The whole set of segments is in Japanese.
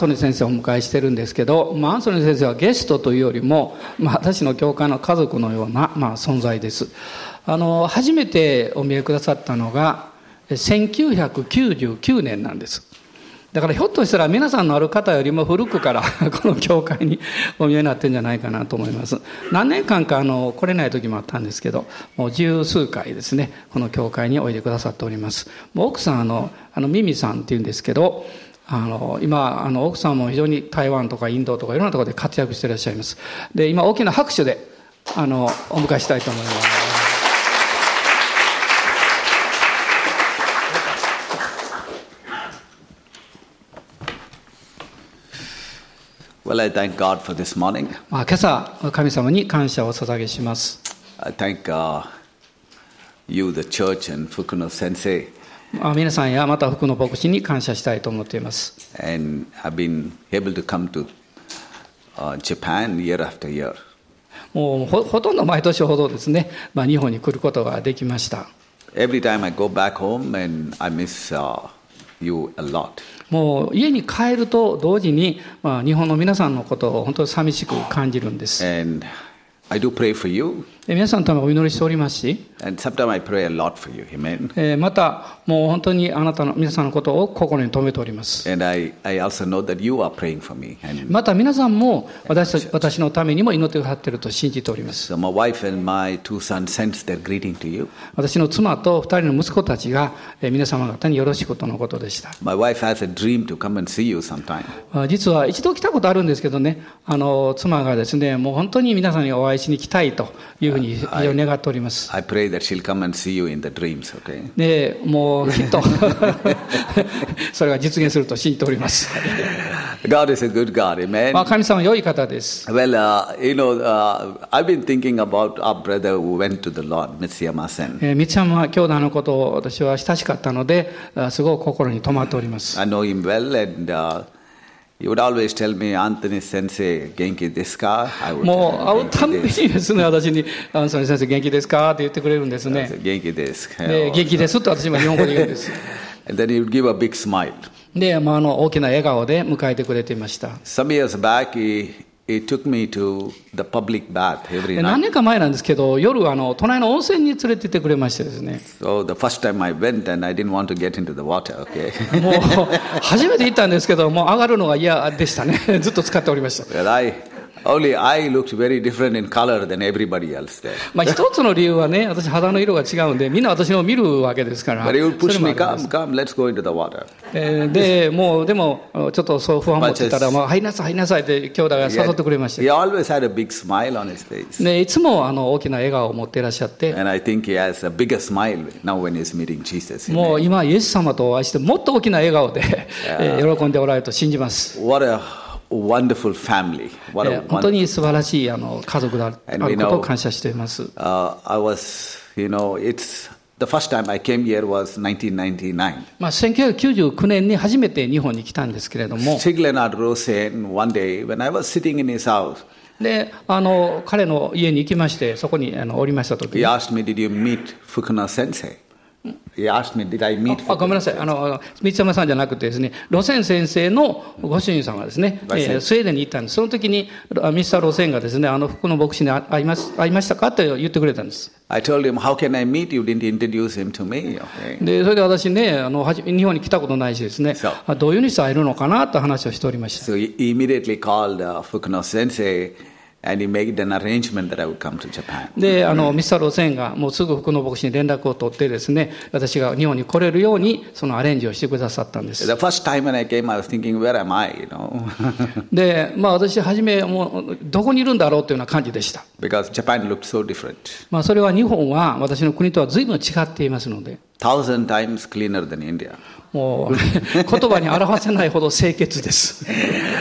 ソニー先生をお迎えしてるんですけど、まあ、アンソニー先生はゲストというよりも、まあ、私の教会の家族のような、まあ、存在ですあの初めてお見えくださったのが1999年なんですだからひょっとしたら皆さんのある方よりも古くから この教会に お見えになってんじゃないかなと思います何年間かあの来れない時もあったんですけどもう十数回ですねこの教会においでくださっておりますもう奥さんあのあのミミさんっていうんですけどあの今あの奥さんも非常に台湾とかインドとかいろんなところで活躍していらっしゃいますで今大きな拍手であのお迎えしたいと思います Well, I thank God for this morning. まあ、今朝神様に感謝を捧げします I thank uh, you, the church, and Fukuno sensei. まあ皆さんやまた福の牧師に感謝したいと思っています And I've been able to come to uh, Japan year after year. もうほほとんど毎年ほどですね、まあ、日本に来ることができました Every time I go back home, and I miss uh, you a lot. もう家に帰ると同時に、まあ、日本の皆さんのことを本当に寂しく感じるんですで And I do pray for you, 皆さんのためお祈りしておりますし and sometimes I pray a lot for you. Amen. えーまたもう本当にあなたの皆さんのことを心に留めております And I, I also know that you are praying for me. And また皆さんも私たち私のためにも祈ってくださっていると信じております so my wife and my two sons sends their greeting to you. 私の妻と二人の息子たちがえー皆様方によろしくとのことでした。 My wife has a dream to come and see you sometime. あ実は一度来たことあるんですけどね、あの妻がですね、もう本当に皆さんにお会いしに来たいというふうに非常に願っております。 I pray that she'll come and see you in the dreams, okay? で、もうきっと それが実現すると信じております。 God is a good God, amen. まあ、神様は良い方です。 Well, uh, you know, uh, I've been thinking about our brother who went to the Lord, Mitsuyama Sen. えー、三山兄弟のことを私は親しかったので、あすごく心に留まっております。 I know him well, and uh, he would always tell me, Anthony Sensei, Genki desu ka? I would もう会う tell him, たんび Genki に desu. ですね、私に、アンソニー先生元気ですかって言ってくれるんです I ね。 said, Genki desu. で Or- 元気ですって私も日本語で言うんです And then he would give a big smile. で、まあ、あの大きな笑顔で迎えてくれていました Some years back, he, he took me to the public bath で every night. 何年か前なんですけど夜あの隣の温泉に連れてってくれましてですね So the first time I went, and I didn't want to get into the water, okay? もう 初めて行ったんですけどもう上がるのが嫌でしたね ずっと使っておりました Well, I only I looked very different in color than everybody else there. まあ一つの理由はね私肌の色が違うんでみんな私のを見るわけですから But he would それ push も me, ありま come, す come, let's go into the water. えーでもうでもあのちょっとそう不安持ってたら「 But まあ、入りなさい入りなさい」って兄弟が He, 誘ってくれま had- し he always had a big smile on his て face. でいつもあの大きな笑顔を持っていらっしゃって、 And I think he has a bigger smile now when he's meeting Jesus. もう今、イエス様とお会いして、もっと大きな笑顔で、 えー喜んでおられると信じます。 What a wonderful family. え What a ー本当 wonderful. に素晴らしいあの家族である And あ we る know- ことを感謝しています。 Uh, I was, you know, it's the first time I came here was 1999. まあ、1999年に初めて日本に来たんですけれども、 Siglenard Rosen, one day when I was sitting in his house, であの彼の家に行きまして、そこにあのおりましたとき he asked me, Did you meet Fukuna sensei? He asked me, Did I meet あご Fukuna? めんなさいあの、三山さんじゃなくてですね、路線先生のご主人さんがですね、え路線ースウェーデンに行ったんです、その時にあミスター路線がですね、あの福の牧師に会います会いましたかって言ってくれたんです。 I told him, How can I meet you? Didn't introduce him to me. Okay. でそれで私ねあのはじ日本に来たことないしですねそうあどういうふうにして会えるのかなと話をしておりました So he he immediately called uh, Fukuno sensei and he made an arrangement that I would come to Japan. であのミスター・ロセンがもうすぐ福の牧師に連絡を取ってですね私が日本に来れるようにそのアレンジをしてくださったんです The first time when I came, I was thinking, Where am I? You know, でまあ私初めもうどこにいるんだろうというような感じでした because Japan looked so different. まあそれは日本は私の国とは随分違っていますので Thousand times cleaner than India. もう言葉に表せないほど清潔です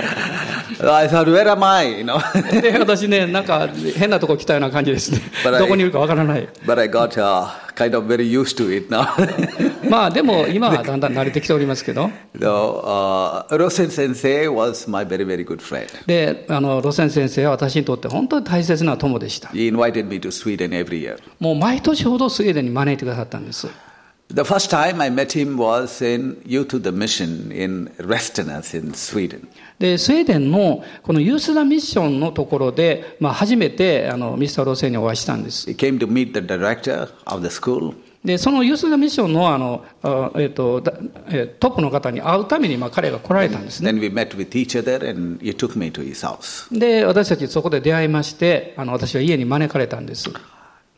So I thought, Where am I? You know. で私ねなんか変なとこ来たような感じですね But I- どこにいるかわからない But I got uh, kind of very used to it now. まあでも今はだんだん慣れてきておりますけど so, uh, Rosen sensei was my very, very good friend. であの路線先生は私にとって本当に大切な友でした He invited me to Sweden every year. もう毎年ほどスウェーデンに招いてくださったんです The first time I met him was in Youth to the Mission in Restenäs in Sweden. でスウェーデンのこのユースダミッションのところで、まあ、初めてあのミスター・ローセンにお会いしたんです He came to meet the director of the school. でそのユースダミッションのあのあ、えっとだえートップの方に会うために、まあ、彼が来られたんですね Then we met with each other and he took me to his house. で私たちそこで出会いましてあの私は家に招かれたんです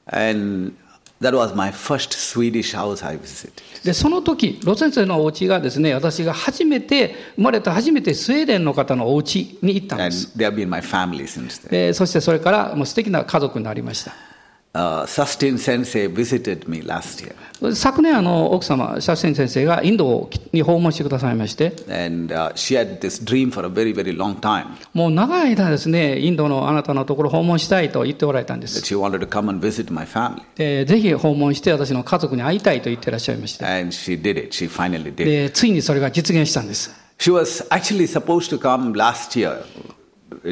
And that was my first Swedish house I visited. でその時ローセン先生のお家がですね私が初めて生まれて初めてスウェーデンの方のお家に行ったんで And す they have been my family since then. でそしてそれからもう素敵な家族になりました Uh, Sustin Sensei visited me last year. 昨年あの奥様シャシェン先生がインドに訪問してくださいまして And uh, she had this dream for a very, very long time もう長い間ですねインドのあなたのところ訪問したいと言っておられたんで that す she wanted to come and visit my family. でぜひ訪問して私の家族に会いたいと言ってらっしゃいました And she did it. She finally did. でついにそれが実現したんです She was actually supposed to come last year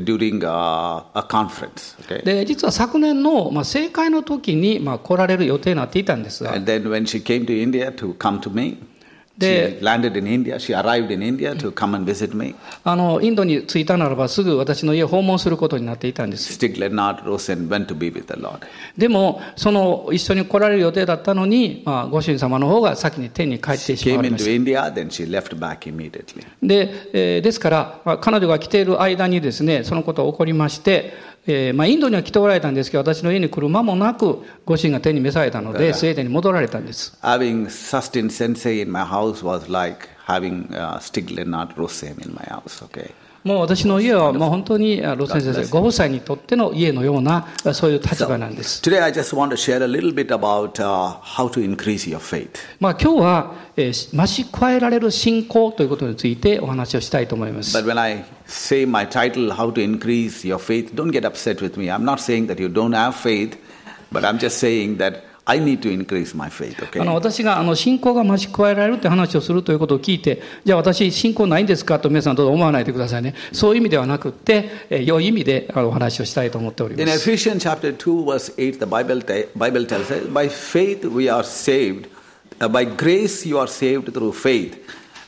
during uh, a conference. Okay? で実は昨年の、まあ、正会の時に、まあ、来られる予定になっていたんですが And then when she came to India to come to me, They- she landed in India. She arrived in India to come and visit me. あのインドに着いたならばすぐ私の家を訪問することになっていたんです Stig Lennart Rosen went to be with the Lord. でもその一緒に来られる予定だったのに、まあ、ご主人様の方が先に天に帰ってしま Came いまし into た India, then she left back immediately. で,、えーですから、まあ彼女が来ている間にですねそのことが起こりまして、えーまあ、インドには来ておられたんですけど私の家に来る間もなくご主人が天に召されたのでスウェーデンに戻られたんです Having Sustin Sensei in my house was like having uh, Stig Lennart Rosen in my house. Okay. もう私の家はもう本当にあロセン先生ご夫妻にとっての家のようなそういう立場なんです Today, I just want to share a little bit about uh, how to increase your faith. まあ、今日は、えー増し加えられる信仰ということについてお話をしたいと思います But when I say my title, How to Increase Your Faith, don't get upset with me. I'm not saying that you don't have faith, but I'm just saying that I need to increase my faith, あの okay? 私があの信仰が増し加えられるって話をするということを聞いてじゃあ私信仰ないんですかと皆さんどうぞ思わないでくださいねそういう意味ではなくって、えー良い意味であのお話をしたいと思っており In ます Ephesians chapter 2, verse 8, the Bible, te- Bible tells us, By faith we are saved. Uh, by grace you are saved through faith.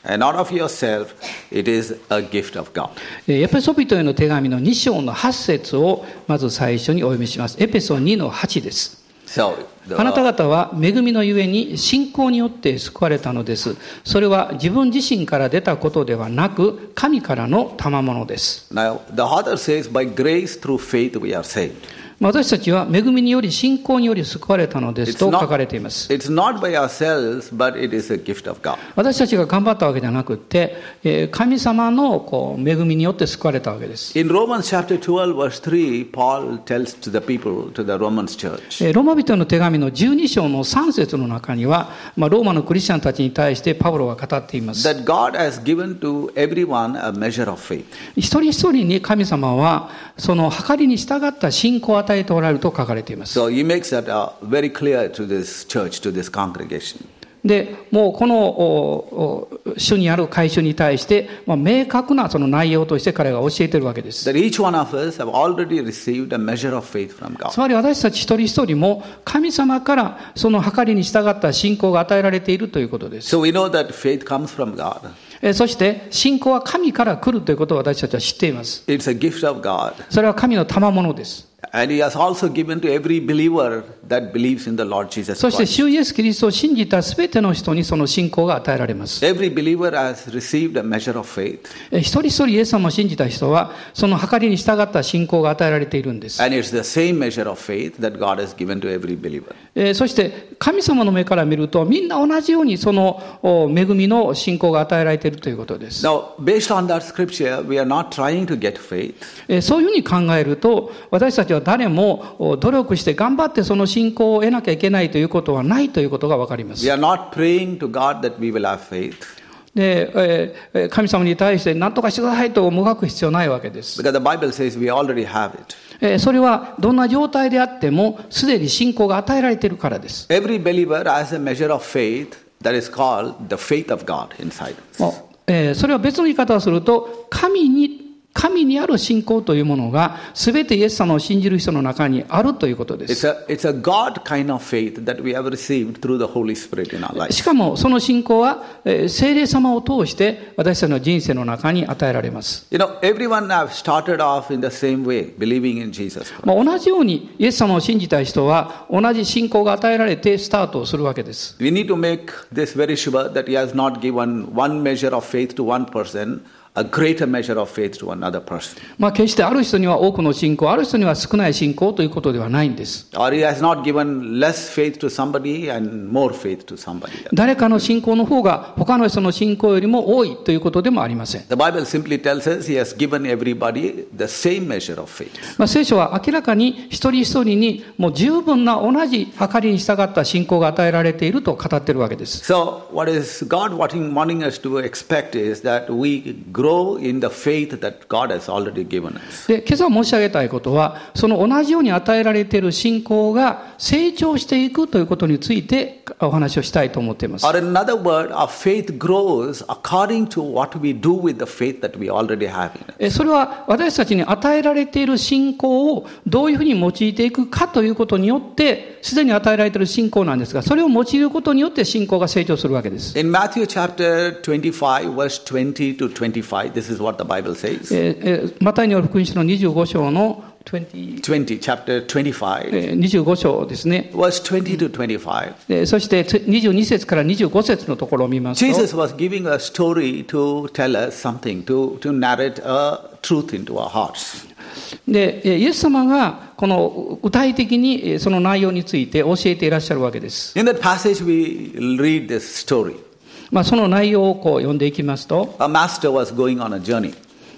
And not of yourself, it is a gift of God. えーエペソビトへの手紙の2章の8節をまず最初にお読みしますエペソ2の8です So, the, あなた方は恵みのゆえに信仰によって救われたのです。それは自分自身から出たことではなく、神からの賜物です。 now, the author says, By grace through faith we are saved. まあ私たちは恵みにより信仰により救われたのですと It's not- 書かれています。 It's not by ourselves, but it is a gift of God. 私たちが頑張ったわけじゃなくって、えー神様のこう恵みによって救われたわけです。 In Romans chapter 12, verse 3, Paul tells to the people, to the Romans church, えーローマ人への手紙の12章の3節の中には、まあ、ローマのクリスチャンたちに対してパウロは語っています。 that God has given to everyone a measure of faith. 一人一人に神様はその計りに従った信仰を与えておられると書かれています。 So he makes that uh, very clear to this church, to this congregation. で、もうこのおお主にある会衆に対して、まあ、明確なその内容として彼が教えてるわけです。 That each one of us have already received a measure of faith from つ God. まり私たち一人一人も神様からその計りに従った信仰が与えられているということです。 So we know that faith comes from God. えそして信仰は神から来るということを私たちは知っています。 It's a gift of God. それは神の賜物です。 And he has also given to every believer that believes in the Lord Jesus そして Christ. 主イエス・キリストを信じた全ての人にその信仰が与えられます。 Every believer has received a measure of faith. え一人一人イエス様を信じた人は、その計りに従った信仰が与えられているんです。 And it's the same measure of faith that God has given to every believer. えーそして、神様の目から見ると、みんな同じようにそのお恵みの信仰が与えられているということです。 Now, based on that scripture, we are not trying to get faith. えーそういうふうに考えると、私たちは誰もお努力して頑張ってその信仰を得なきゃいけないということはないということがわかりま We す。 are not praying to God that we will have faith. で、えーえー神様に対して何とかしてくださいともがく必要ないわけです。 Because the Bible says we already have it. えーそれはどんな状態であっても、すでに信仰が与えられているからです。 Every believer has a measure of faith that is called the faith of God inside. もうえーそれは別の言い方をすると神に神にある信仰というものが、すべてイエス様を信じる人の中にあるということで It's す。 a, it's a God kind of faith that we have received through the Holy Spirit in our life. しかも、その信仰は、えー聖霊様を通して、私たちの人生の中に与えられます。 You know, everyone have started off in the same way, believing in Jesus. まあ、同じように、イエス様を信じた人は、同じ信仰が与えられてスタートをするわけです。 We need to make this very sure that He has not given one measure of faith to one person, a greater measure of faith to another person. まあ、決してある人には多くの信仰、ある人には少ない信仰ということではないんです。 Or He has not given less faith to somebody and more faith to somebody else. 誰かの信仰の方が他の人の信仰よりも多いということでもありません。 The Bible simply tells us He has given everybody the same measure of faith. まあ、聖書は明らかに一人一人にもう十分な同じ計りに従った信仰が与えられていると語っているわけです。 So, what is God wanting, wanting us to expect is that we grow in the faith that God has already given us. で、今朝申し上げたいことは、その同じように与えられている信仰が成長していくということについてお話をしたいと思っています。 Or another word, our faith grows according to what we do with the faith that we already have in it. えそれは私たちに与えられている信仰をどういうふうに用いていくかということによって、すでに与えられている信仰なんですが、それを用いることによって信仰が成長するわけです。 In Matthew chapter 25, verse 20 to 25, this is what the Bible says. えーえーマタイによる福音書の25章の20 20, chapter 25, えー25章ですね。 verse 20 to 25. えーそしてつ22節から25節のところを見ますと、 Jesus was giving a story to tell us something, to, to narrate a truth into our hearts. でえーイエス様がこの具体的にえーその内容について教えていらっしゃるわけです。 In that passage, we read this story. まあ、その内容をこう読んでいきますと、 A master was going on a journey.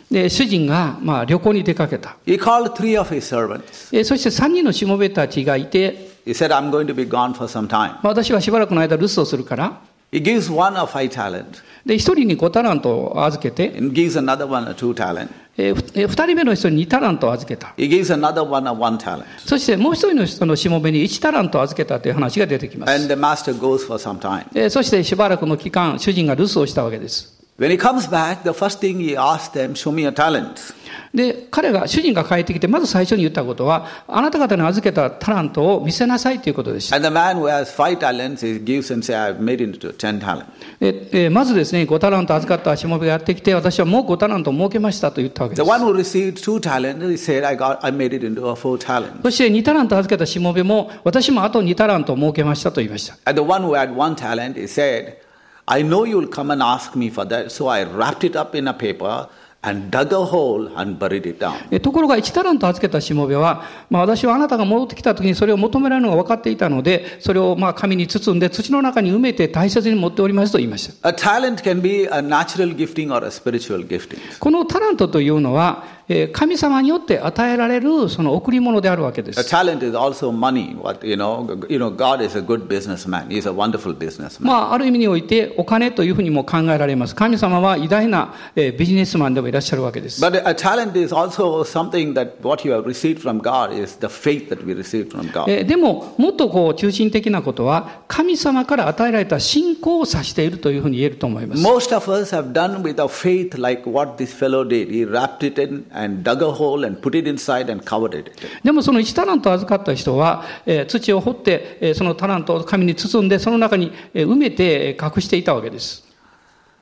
で主人がまあ旅行に出かけた。 He called three of his servants. えーそして3人のしもべたちがいて、 He said, I'm going to be gone for some time. まあ私はしばらくの間留守をするから、 He gives one a five talent で、1人に5タラントを預けて、 and gives another one a two talent. え2人目の人に2タラントを預けた。 He gives another one a one talent. そしてもう一人の人のしもべに1タラントを預けたという話が出てきます And。the master goes for some time. えーそしてしばらくの期間、主人が留守をしたわけです。 When he comes back, the first thing he asks them, Show me your talent. で、彼が、主人が帰ってきて、まず最初に言ったことは、あなた方に預けたタラントを見せなさいということでした。 And the man who has five talents, he gives and says, I've made it into ten talents. ええーまずですね、5タラント預かったしもべがやってきて、私はもう5タラントを儲けましたと言ったわけで The す。 one who received two talents, he said, I, got, I made it into a four talent. そして2タラント預けたしもべも、私もあと2タラントを儲けましたと言いました。 And the one who had one talent, he said, I know you'll come and ask me for that. So I wrapped it up in a paper and dug a hole and buried it down. えところが1タラント預けたしもべは、まあ、私はあなたが戻ってきた時にそれを求められるのが分かっていたので、それをまあ紙に包んで土の中に埋めて大切に持っておりますと言いました。 A talent can be a natural gifting or a spiritual gifting. このタラントというのは、えー神様によって与えられるその贈り物であるわけで A す。 talent is also money. What you know, g- you know, God is a good businessman. He's a wonderful businessman. まあ、ある意味においてお金というふうにも考えられます。神様は偉大な、えービジネスマンでもいらっしゃるわけです。 But a talent is also something that what you have received from God is the faith that we received from God. えーでも、もっとこう中心的なことは、神様から与えられた信仰を指しているというふうに言えると思います。 Most of us have done with our faith like what this fellow did. He wrapped it in and dug a hole and put it inside and covered it. でもその1タラントを預かった人は、えー土を掘って、えーそのタラントを紙に包んで、その中にえー埋めてえー隠していたわけです。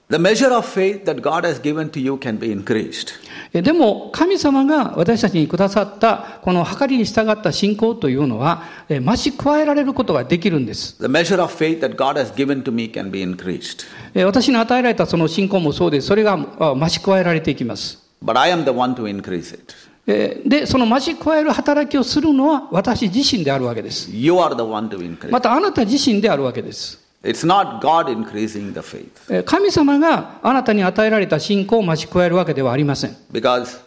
The measure of faith that God has given to you can be increased. えーでも、神様が私たちにくださった、この計りに従った信仰というのは、えー増し加えられることができるんです。 The measure of faith that God has given to me can be increased. えー私に与えられたその信仰もそうです。それがあ増し加えられていきます。 But I am the one to increase it. えーで、その増し加える働きをするのは私自身であるわけです。 You are the one to increase. またあなた自身であるわけです。 It's not God increasing the faith えー神様があなたに与えられた信仰を増し加えるわけではありません。 because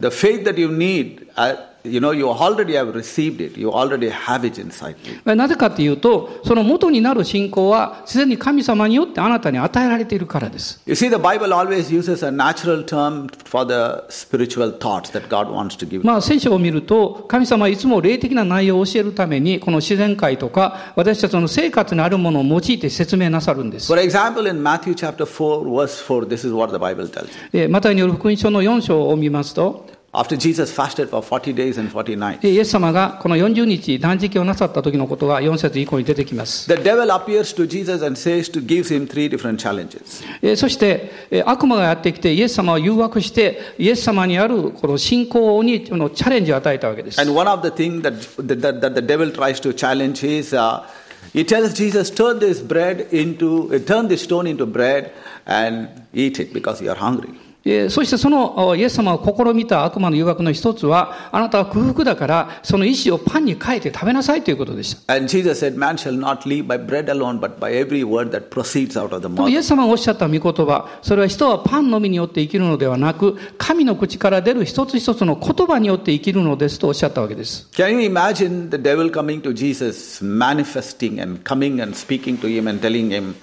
the faith that you need uh, you know, you already have received it. You already have it inside you. なぜかというと、その元になる信仰は、自然に神様によってあなたに与えられているからです。 You see, the Bible always uses a natural term for the spiritual thoughts that God wants to give. まあ、聖書を見ると、神様はいつも霊的な内容を教えるために、この自然界とか、私たちの生活にあるものを用いて説明なさるんです。 For example, in Matthew chapter 4, verse 4, this is what the Bible tells. えーマタイによる福音書の4章を見ますと、 After Jesus fasted for 40 days and 40 nights, えーイエス様がこの40日断食をなさった時のことが4節以降に出てきます。 the devil appears to Jesus and says to gives him three different challenges. えーそして、えー悪魔がやってきてイエス様を誘惑して、イエス様にあるこの信仰にこのチャレンジを与えたわけです。 And one of the things that, that, that the devil tries to challenge is uh, he tells Jesus, turn this bread into, uh, turn this stone into bread and eat it because you are hungry. えーそしてそのおイエス様を試みた悪魔の誘惑の一つは、あなたは空腹だから、その意志をパンに変えて食べなさいということでした。 And Jesus said, Man shall not live by bread alone, but by every word that proceeds out of で the もイ mouth. エス様がおっしゃった御言葉、それは人はパンのみによって生きるのではなく、神の口から出る一つ一つの言葉によって生きるのですとおっしゃったわけです。 Can you imagine the devil coming to Jesus, manifesting and coming and speaking to him and telling him,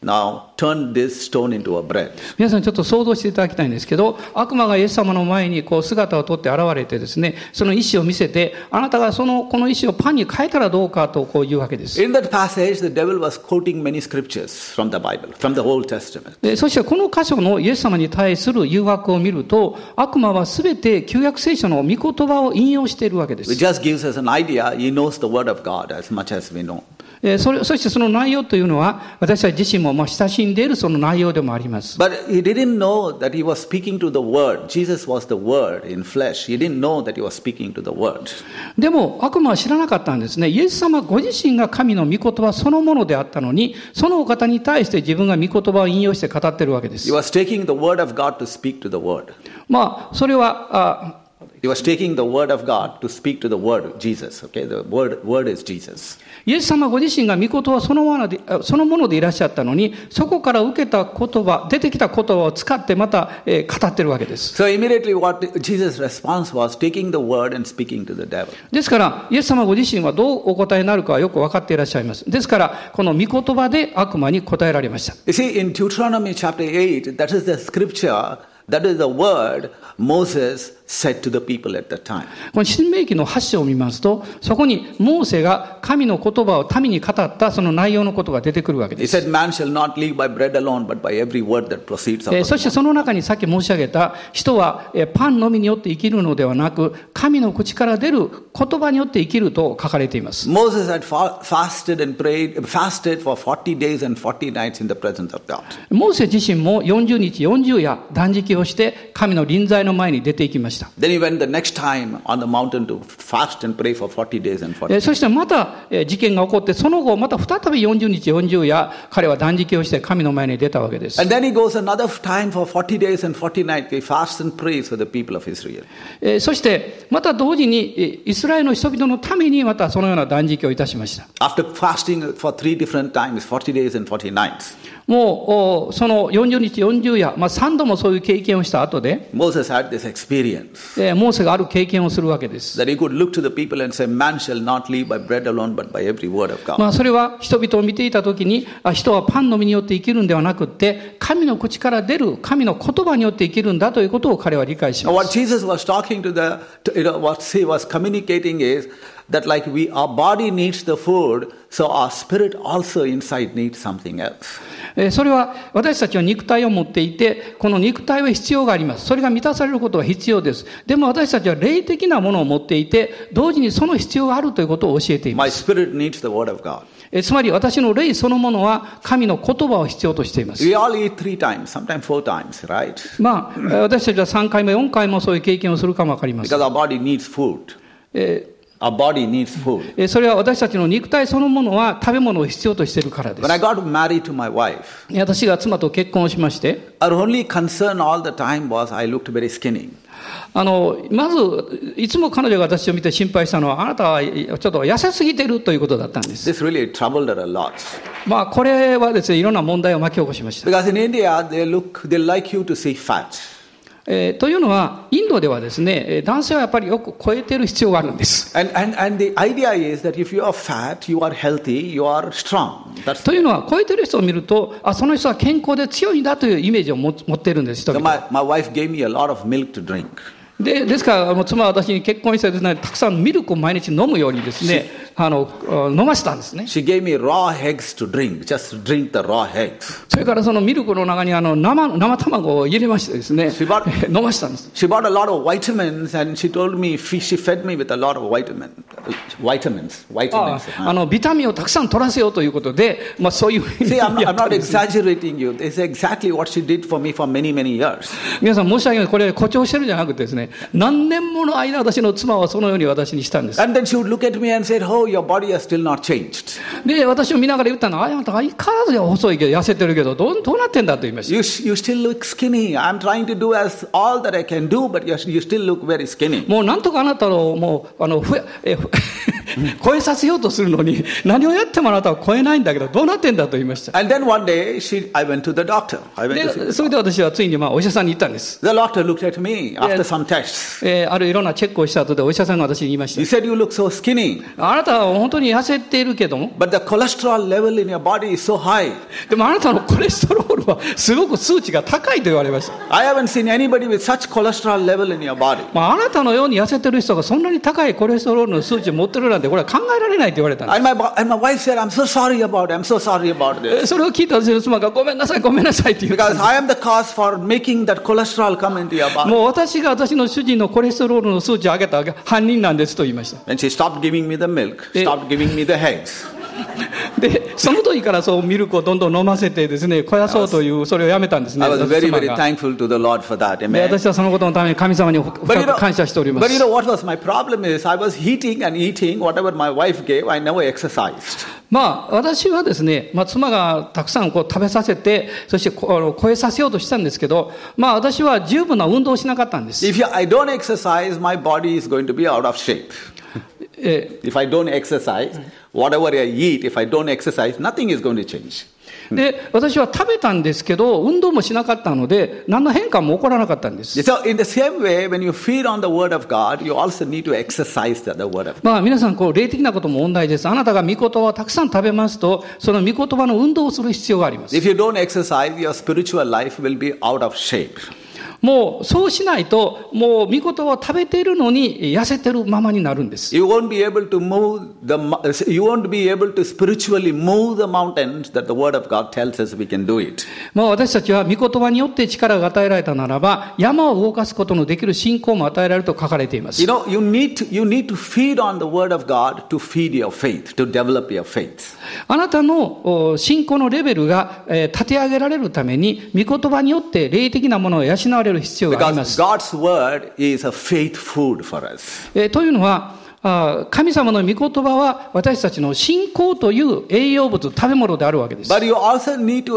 Now turn this stone into a bread? 皆さんちょっと想像していただきたいんですけど、悪魔がイエス様の前にこう姿をとって現れてですね、その意志を見せて、あなたがその、この意志をパンに変えたらどうかとこう言うわけです。 In that passage, the devil was quoting many scriptures from the Bible, from the Old Testament. でそしてこの箇所のイエス様に対する誘惑を見ると、悪魔はすべて旧約聖書の御言葉を引用しているわけで It す。 just gives us an idea. He knows the Word of God as much as we know. えーそれそしてその内容というのは、私たち自身もまあ親しんでいるその内容でもあります。 But he didn't know that he was speaking to the Word. Jesus was the Word in flesh. He didn't know that he was speaking to the Word. でも悪魔は知らなかったんですね。イエス様ご自身が神の御言葉そのものであったのに、そのお方に対して自分が御言葉を引用して語っているわけで He す。 was taking the Word of God to speak to the Word. まあ、それは、あ He was taking the Word of God to speak to the Word, Jesus. Okay, the Word, word is Jesus. イエス様ご自身が御言葉そのものであそのものでいらっしゃったのに、そこから受けた言葉、出てきた言葉を使ってまた、えー語ってるわけです。 So immediately, what Jesus' response was taking the Word and speaking to the devil. ですから、イエス様ご自身はどうお答えになるかはよく分かっていらっしゃいます。ですから、この御言葉で悪魔に答えられました。 You see, in Deuteronomy chapter 8, that is the scripture, that is the word Moses said to the people at that time. この新明記の8章を見ますと、そこにモーセが神の言葉を民に語ったその内容のことが出てくるわけです He。said, Man shall not live by bread alone, but by every word that proceeds out えー of そ the してその中にさっき申し上げた人はえーパンのみによって生きるのではなく神の口から出る言葉によって生きると書かれています。 Moses had fa- fasted and prayed, fasted for 40 days and 40 nights in the presence of God. モーセ自身も40日40夜断食をして神の臨在の前に出ていきました。 Then he went the next time on the mountain to fast and pray for 40 days and 40えーそしてまたえー事件が起こってその後また再び40日40夜彼は断食をして神の前に出たわけです。 And then he goes another time for 40 days and 40 nights. He fasts and prays for the people of Israel. えーそしてまた同時にえーイスラエルの人々のためにまたそのような断食をいたしました。 After fasting for three different times, 40 days and 40 nights, もうおその40日40夜、まあ、3度もそういう経験をした後で Moses had this experience えーモーセがある経験をするわけです。 that he could look to the people and say, Man shall not live by bread alone, but by every word of God. まあ、それは人々を見ていたときに、あ人はパンの実によって生きるんではなくって、神の口から出る、神の言葉によって生きるんだということを彼は理解し Now, ます。 what Jesus was talking to the, to, you know, what he was communicating is that, like, we, our body needs the food, so our spirit also inside needs something else. えーそれは私たちは肉体を持っていて、この肉体は必要があります。それが満たされることは必要です。でも私たちは霊的なものを持っていて、同時にその必要があるということを教えています。 My spirit needs the word of God. えーつまり私の霊そのものは神の言葉を必要としています。 We all eat three titimes, sometimes four times, right? まあ、えー私たちは3回も4回もそういう経験をするかもわかりません。 Because our body needs food. えー Our body needs food. えーそれは私たちの肉体そのものは食べ物を必要としているからで When I す。 got married to my wife, 私が妻と結婚をしまして、 Our only concern all the time was I looked very skinny. あの、まず、いつも彼女が私を見て心配したのは、あなたはちょっと痩せすぎてるということだったんです。 This really troubled her a lot. まあ、これはですね、いろんな問題を巻き起こしました。 Because in India, they look, they like you to see fat. えーというのは、インドではですね、えー男性はやっぱりよく超えてる必要があるんです。 And, and, and the idea is that if you are fat, you are healthy, you are strong. That's というのは、超えてる人を見ると、あ、その人は健康で強いんだというイメージを持持っているんです、人 so 々。 my, my wife gave me a lot of milk to drink. でですから、あの妻は私に結婚してです、ね、たくさんミルクを毎日飲むようにですね、あのあ飲ませたんですね。 She gave me raw eggs to drink, just drink the raw eggs. それからそのミルクの中にあの生生卵を入れましてですねしばら、飲ませたんです。 She bought a lot of vitamins and she told me, fe- she fed me with a lot of vitamin, vitamins. あ vitamins. Uh, あのビタミンをたくさん取らせようということで、まあ、そういうふうに See, I'm, や I'm ったん not ですね exaggerating you. This is exactly what she did for me for many, many years. 皆さん申し訳ない、これ、誇張してるんじゃなくてですね、何年もの間、私の妻はそのように私にしたんです。 And then she would look at me and say, Oh, your body has still not changed. で、私を見ながら言ったのは、ああなた相変わらず細いけど、痩せてるけど、どうどうなってんだと言いました。 You, you still look skinny. I'm trying to do as all that I can do, but you're, you still look very skinny. もうなんとかあなたをもうあのふやえ ふ超えさせようとするのに何をやってもあなたは超えないんだけどどうなってんだと言いました And then one day, she, I went to the doctor. I went to see で the, それで私はついにまあお医者さんに行ったんです、 the doctor looked at me after some tests. えーあるいろんなチェックをした後でお医者さんが私に言いまし He said, You look so skinny, たあなたは本当に痩せているけども but the cholesterol level in your body is so high. でもあなたのコレステロールはすごく数値が高いと言われました、 I haven't seen anybody with such cholesterol level in your body. まあ、あなたのように痩せてる人がそんなに高いコレステロールの数値を持ってるなんてこれは考えられないと言われたんです And my, bo- and my wife said, I'm so sorry about it. I'm so sorry about え this. ーそれを聞いた私の妻がごめんなさいごめんなさいって言ったん Because です I am the cause for making that cholesterol come into your body. もう私が私の主人のコレステロールの数値を上げた犯人なんですと言いました。 And she stopped giving me the milk, Eh. stopped giving me the eggs. で、その時からそうミルクをどんどん飲ませてですね、肥やそうという、それをやめたんですね。 I was 私 very, 妻 very が thankful to the Lord for that. で Amen. 私はそのことのために神様に深 But you, く感謝しており know, ま but you す。 know what was my problem is I was eating and eating whatever my wife gave, I never exercised. まあ、私はですね、まあ、妻がたくさんこう食べさせて、そしてこあの超えさせようとしたんですけど、まあ、私は十分な運動をしなかったんです。 If you, I don't exercise, my body is going to be out of shape. え If I don't exercise, whatever I eat, if I don't exercise, nothing is going to change. で、私は食べたんですけど、運動もしなかったので、何の変化も起こらなかったんです。 So, in the same way, when you feed on the Word of God, you also need to exercise the, the Word of God. まあ皆さんこう霊的なことも問題です。あなたが御言葉をたくさん食べますと、その御言葉の運動をする必要があります。 If you don't exercise, your spiritual life will be out of shape. もうそうしないと、もう御言葉を食べているのに痩せてるままになるんです。 You won't be able to move the, mo- you won't be able to spiritually move the mountains that the Word of God tells us we can do it. まあ私たちは御言葉によって力が与えられたならば、山を動かすことのできる信仰も与えられると書かれていま You す。 know, you need to, you need to feed on the Word of God to feed your faith, to develop your faith. あなたのお信仰のレベルがえー立て上げられるために、御言葉によって霊的なものを養われる必要がありま Because す。 God's Word is a faith food for us. えーというのは、あー神様の御言葉は私たちの信仰という栄養物、食べ物であるわけです。 But you also need to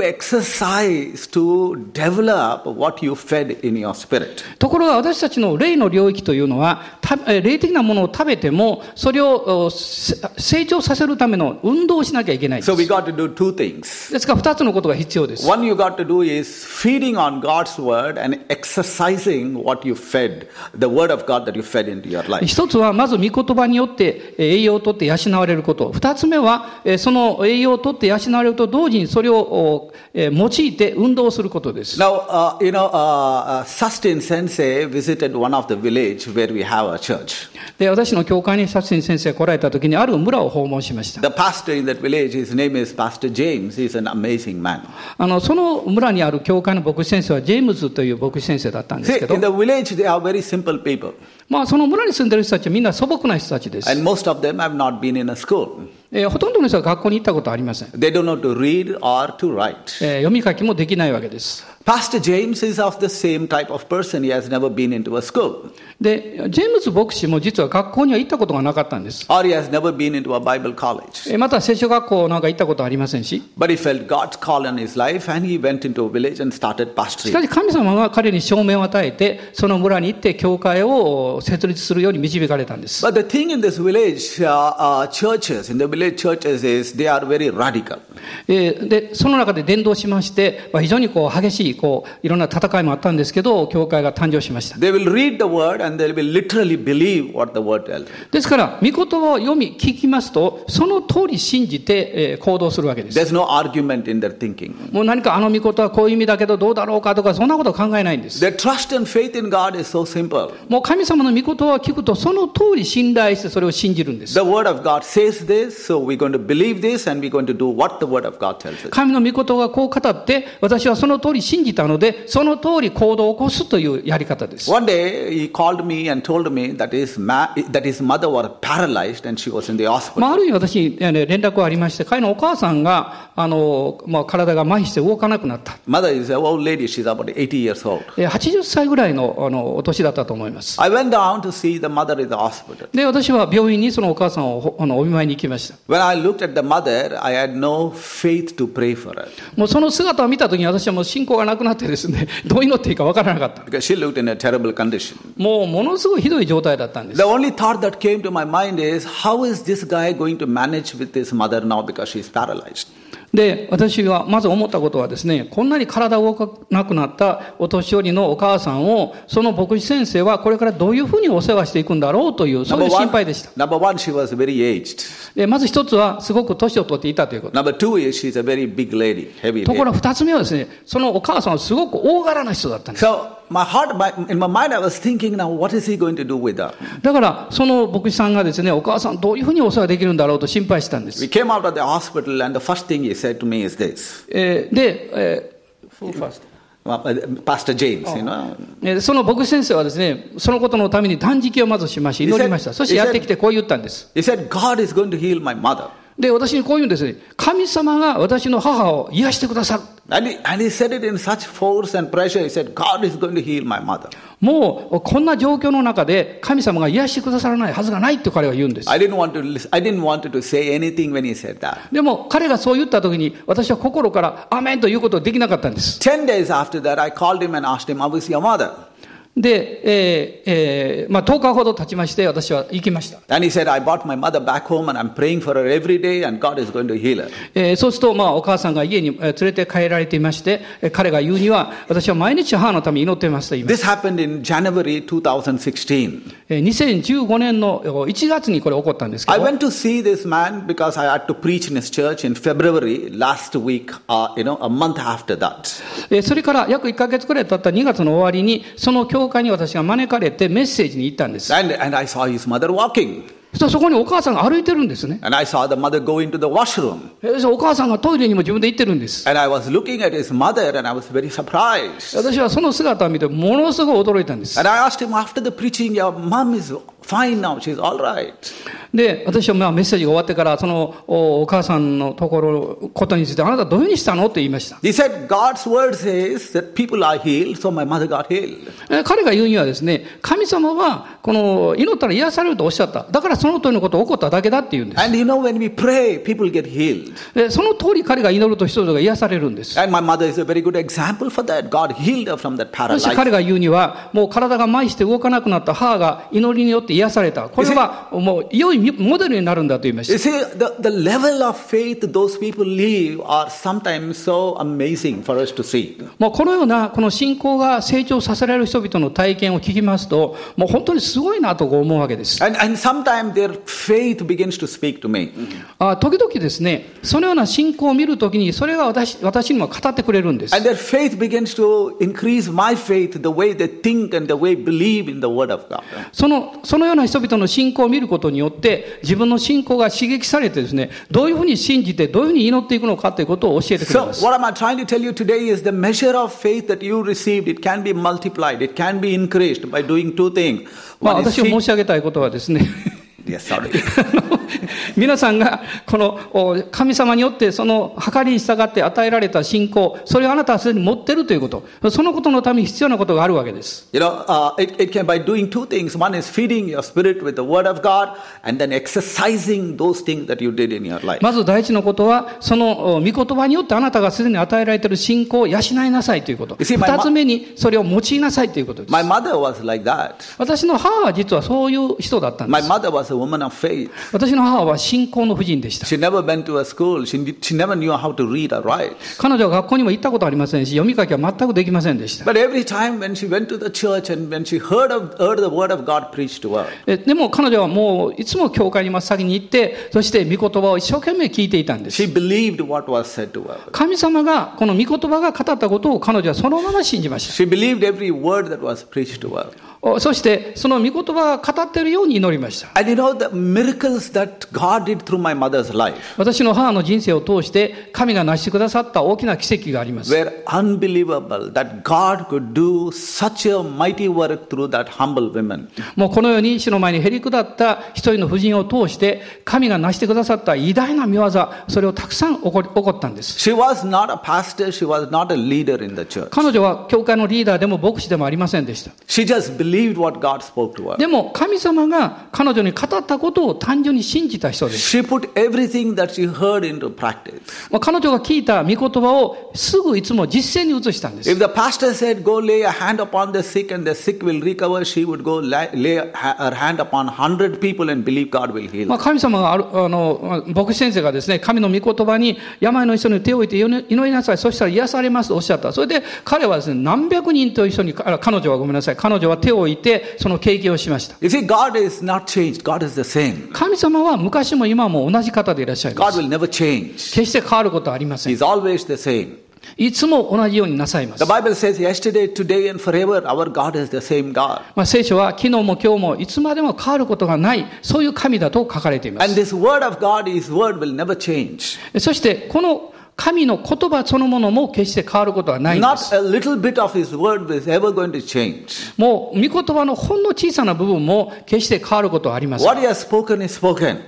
exercise to develop what you fed in your spirit. ところが私たちの霊の領域というのは、たえー霊的なものを食べても、それをおせ成長させるための運動をしなきゃいけないんで So we す。 got to do two things. ですから二つのことが必要です。 One you got to do is feeding on God's word and exercising what you fed, the word of God that you fed into your life. 一つは、まず御言葉によってえー栄養をとって養われること。二つ目は、えーその栄養をとって養われると同時にそれをおえー用いて運動をすることです。 Now, uh, you know, uh, uh, Sustain Sensei visited one of the village where we have a church. で私の教会にサツン先生が来られた時にある村を訪問しました The pastor in that village, his name is Pastor James. He's an amazing man. あのその村にある教会の牧師先生はジェームズという牧師先生だったんです See, けど in、the village, they are very simple people, まあ、その村に住んでる人たちはみんな素朴な人たちです、 and most of them have not been in a school. えーほとんどの人は学校に行ったことはありません、え They don't know to read or to write. ー読み書きもできないわけです Pastor James is of the same type of person. He has never been into a school, でジェームズ牧師も実は学校には行ったことがなかったんです、 or he has never been into a Bible college. えーまた聖書学校なんか行ったことはありませんし But he felt God's call on his life and he went into a village and し started か pastoring. し神様が彼に証明を与えてその村に行って教会を設立するように導かれたんです But the thing in this village, uh, uh, churches, in the village churches, is they are very radical. えーでその中で伝道しまして、まあ非常にこう激しいし、こう、いろんな戦いもあったんですけど、教会が誕生しました。 They will read the word and they will literally believe what the word tells. them. ですから、御言葉を読み、聞きますと、その通り信じて、えー行動するわけです。 There's no argument in their thinking. もう何かあの御言葉はこういう意味だけど、どうだろうかとか、そんなこと考えないんです。 Their trust and faith in God is so simple. もう神様の御言葉を聞くと、その通り信頼してそれを信じるんです。 The word of God says this, so we're going to believe this and we're going to do what the word of God tells us. 神の御言葉がこう語って、私はその通り信じたので、その通り行動を起こすというやり方です。 One day he called me and told me that his, ma- that his mother was paralyzed and she was in the hospital. まあ、ある意味私にえー連絡がありまして、彼のお母さんが、あの、まあ、体が麻痺して動かなくなった。 Mother is an old lady, she's about 80 years old. えー80歳ぐらいの、あの、お年だったと思います。 I went down to see the mother in the hospital. で、私は病院にそのお母さんをほあのお見舞いに行きました。 When I looked at the mother, I had no faith to pray for her もうその姿を見た時に私はもう信仰がなくなってですね、どう祈っていいかわからなかった。 because she looked in a terrible condition. もうものすごいひどい状態だったんです The。only thought that came to my mind is how is this guy going to manage with his mother now because she's paralyzed? で、私がまず思ったことはですね、こんなに体が動かなくなったお年寄りのお母さんを、その牧師先生はこれからどういうふうにお世話していくんだろうという、そういう心配でした。 number one, she was very aged. で、まず一つは、すごく年を取っていたということ。 Number two is she's a very big lady, heavy とこ lady. ろが二つ目はですね、そのお母さんはすごく大柄な人だったんです。 So my heart, my, in my mind, I was thinking now, what is he going to do with her? だから、その牧師さんがですね、お母さんどういうふうにお世話できるんだろうと心配したんで We す。 came out of the hospital, and the first thing he said to me is this, えーで、えー Well, uh, Pastor James, you know. えーその牧師先生はですね、そのことのために断食をまずしまして、祈りました。 He said- そしてやってきてこう言ったんです。 He said, God is going to heal my mother. で、私にこう言うんですね。神様が私の母を癒してくださる。 And he, and he said it in such force and pressure. He said, God is going to heal my mother. もう、こんな状況の中で神様が癒してくださらないはずがないって彼は言うんです。 I didn't want to, lis- I didn't want to say anything when he said that. でも、彼がそう言った時に、私は心から、アーメンということができなかったんです。 Ten days after that, I called him and asked him, how is your mother? で、えーえーまあ、10日ほど経ちまして、私は行きました。 And he said, I brought my mother back home and I'm praying for her every day and God is going to heal her. えーそうすると、まあ、お母さんが家にえー連れて帰られていまして、えー彼が言うには、私は毎日母のために祈っていますと言います。 This happened in January 2016. えー2015年のえー1月にこれ起こったんですけ I ど、 went to see this man because I had to preach in his church in February last week, uh, you know, a month after that. えーそれから約1ヶ月くらい経った2月の終わりに、その教会に私が招かれてメッセージに行ったんです。 And, and I saw his mother walking. そしたらそこにお母さんが歩いてるんですね。 And I saw the mother go into the washroom. えーそしたらお母さんがトイレにも自分で行ってるんです。 And I was looking at his mother and I was very surprised. 私はその姿を見てものすごい驚いたんです。 And I asked him after the preaching, Your mom is fine now, she's all right. で、私はまあメッセージが終わってから、そのおお母さんのところ、ことについて、あなたどういうふうにしたのって言いました。 He said, God's word says that people are healed, so my mother got healed. えー彼が言うにはですね、神様は、この、祈ったら癒されるとおっしゃった。だからその通りのことが起こっただけだって言うんです。 And you know, when we pray, people get healed. でその通り彼が祈ると人々が癒されるんです。 And my mother is a very good example for that. God healed her from that そして paralysis. 彼が言うには、もう体が麻痺して動かなくなった母が祈りによって癒された。これはもう良いモデルになるんだと言いま You し see, the, the level of faith those people live are sometimes so amazing for us to see. た。もうこのような、この信仰が成長させられる人々の体験を聞きますと、もう本当にすごいなとこう思うわけです。 And, and sometimes their faith begins to speak to me. あ時々ですね、そのような信仰を見るときに、それが私私にも語ってくれるんです。 And their faith begins to increase my faith the way they think and the way they believe in the Word of God. そのそのような人々の信仰を見ることによって、自分の信仰が刺激されてですね、どういうふうに信じて、どういうふうに祈っていくのかということを教えてくれ So, ます。 what am I trying to tell you today is the measure of faith that you received, it can be multiplied, it can be increased by doing two things. まあ、 One is 私が faith- 申し上げたいことはですね、 Yes, sorry. あの 皆さんがこのお神様によってその計りに従って与えられた信仰、それをあなたはすでに持っているということ、そのことのために必要なことがあるわけです。 You know, uh, it, it can by doing two things. One is feeding your spirit with the Word of God, and then exercising those things that you did in your life. まず第一のことは、そのお御言葉によってあなたがすでに与えられている信仰を養いなさいということ。 You see, my ma- 二つ目にそれを用いなさいということです My。mother was like that. 私の母は実はそういう人だったんで My す。 mother was a woman of faith. 私のの母は信仰の婦人でした。 She never went to a school. She, did- she never knew how to read or write. 彼女は学校にも行ったことありませんし、読み書きは全くできませんでした。 But every time when she went to the church and when she heard, of, heard the word of God preached to her, えでも彼女はもういつも教会に真っ先に行って、そして御言葉を一生懸命聞いていたんです。 she believed what was said to her. 神様が、この御言葉が語ったことを彼女はそのまま信じまし She believed every word that was preached to her. た。おそして、その御言葉が語っているように祈りました。 And you know the miracles that God did through my mother's life 私の母の人生を通して、神が成してくださった大きな奇跡があります。 were unbelievable that God could do such a mighty work through that humble woman. もうこのように主の前にへり下った一人の婦人を通して、神が成してくださった偉大な見業、それをたくさん起こり起こったんです。 She was not a pastor, she was not a leader in the church. 彼女は教会のリーダーでも牧師でもありませんでした。 She just believed what God spoke to her. でも神様が彼女に語ったことを単純に信じた人です。 She put everything that she heard into practice. まあ彼女が聞いた御言葉をすぐいつも実践に移したんです。 If the pastor said, Go lay a hand upon the sick and the sick will recover, she would go lay, lay ha- her hand upon 100 people and believe God will heal. まあ、神様があるあのまあ牧師先生がですね、神の御言葉に病の人に手を置いて祈り祈りなさい、そしたら癒されますとおっしゃった。それで彼はですね、何百人と一緒に、あ彼女はごめんなさい、彼女は手を置いてその経験をしました。 You see, God is not changed, God is the same. 神様は昔も今も同じ方でいらっしゃいま God す。 will never change. 決して変わることはありません。 He's always the same. いつも同じようになさいま The す。 Bible says, Yesterday, today, and forever, our God is the same God. まあ、聖書は昨日も今日もいつまでも変わることがない、そういう神だと書かれていま And す。 this word of God, His word will never change. そして、この神の言葉そのものも決して変わることはないんで Not す。 a little bit of His word is ever going to change. もう、御言葉のほんの小さな部分も決して変わることはありません。 What He has spoken is spoken.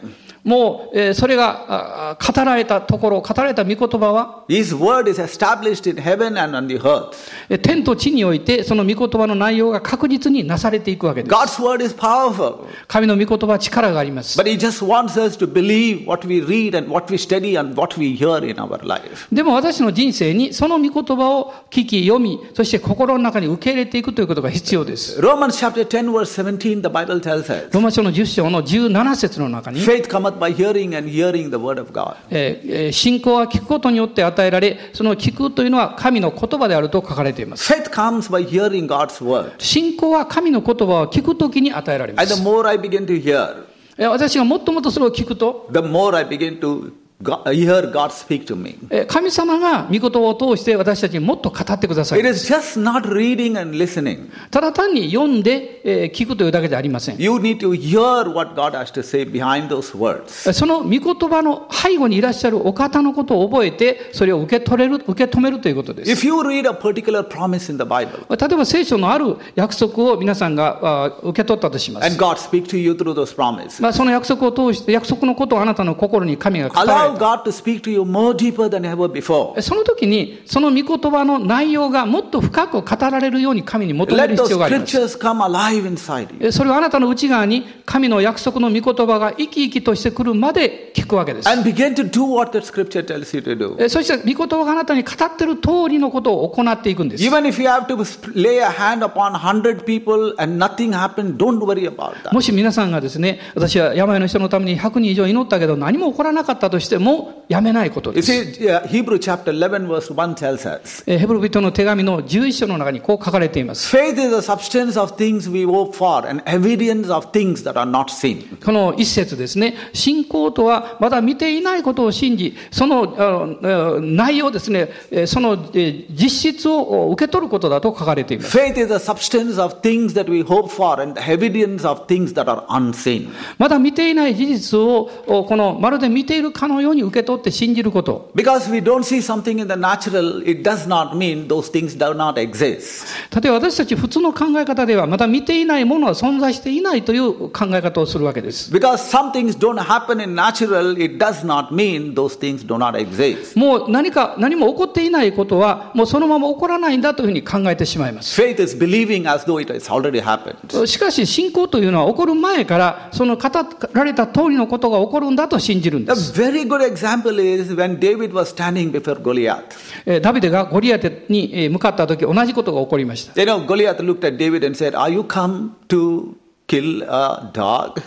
もう、えーそれが、あー語られたところ、語られた御言葉は、 His word is established in heaven and on the earth. えー天と地において、その御言葉の内容が確実になされていくわけです。 God's word is powerful, 神の御言葉は力があります。 but He just wants us to believe what we read and what we study and what we hear in our life. でも私の人生にその御言葉を聞き、読み、そして心の中に受け入れていくということが必要です。 Romans chapter 10, verse 17, the Bible tells us ローマ書の10章の17節の中に、 faith cometh by hearing, and hearing the word of God. えーえー信仰は聞くことによって与えられ、その聞くというのは神の言葉であると書かれています。 Faith comes by hearing God's word. 信仰は神の言葉を聞くときに与えられま And the す。 more I begin to hear, えー私がもっともっとそれを聞くと、 the more I begin to go- hear God speak to me. えー神様が御言葉を通して私たちにもっと語ってくださ It い。 is just not reading and listening. ただ単に読んで、えー聞くというだけじゃありません。 You need to hear what God has to say behind those words. その御言葉の背後にいらっしゃるお方のことを覚えて、それを受け取れる、受け止めるということです。 If you read a particular promise in the Bible 例えば聖書のある約束を皆さんがあ受け取ったとします and。God speaks to you through those promises, まあ、その約束を通して、約束のことをあなたの心に神が語ら allow れ God to speak to you more deeper than ever before. た。その時に、その御言葉の内容がもっと深く語られるように神に求め Let る those 必要があります。 scriptures come alive inside you. えそれはあなたの内側に神の約束の御言葉が生き生きとしてくるまで聞くわけです。 And begin to do what that scripture tells you to do. えそして御言葉があなたに語ってる通りのことを行っていくんです。 Even if you have to sp- lay a hand upon 100 people and nothing happened, don't worry about that. もし皆さんがですね、私は病の人のために100人以上祈ったけど何も起こらなかったとしてもやめないこと You です。 see, yeah, Hebrew chapter 11, verse 1 tells us えーヘブル人の手紙の11章の中にこう書かれています。 faith is the substance of things we hope for and evidence of things that are not seen. この一節ですね、信仰とはまだ見ていないことを信じ、そのあのえー内容ですね、えーそのえー実質を受け取ることだと書かれています。 Faith is the substance of things that we hope for and the evidence of things that are unseen. まだ見ていない事実を、おこのまるで見ているかのように受け取って信じること。 Because we don't see something in the natural, it does not mean those things do not exist. 例えば私たち普通の考え方では、まだ見ていないものは存在していないという考え方をするわけです。 Because some things don't happen in natural, it does not mean those things do not exist. もう何か、何も起こっていないことは、もうそのまま起こらないんだというふうに考えてしまいます。 Faith is believing as though it has already happened. しかし、信仰というのは起こる前から、その語られた通りのことが起こるんだと信じるんで A す。 very good example is when David was standing before Goliath. えーダビデがゴリアテにえー向かった時、同じことが起こりました。 You know, Goliath looked at David and said, Are you come to kill a dog?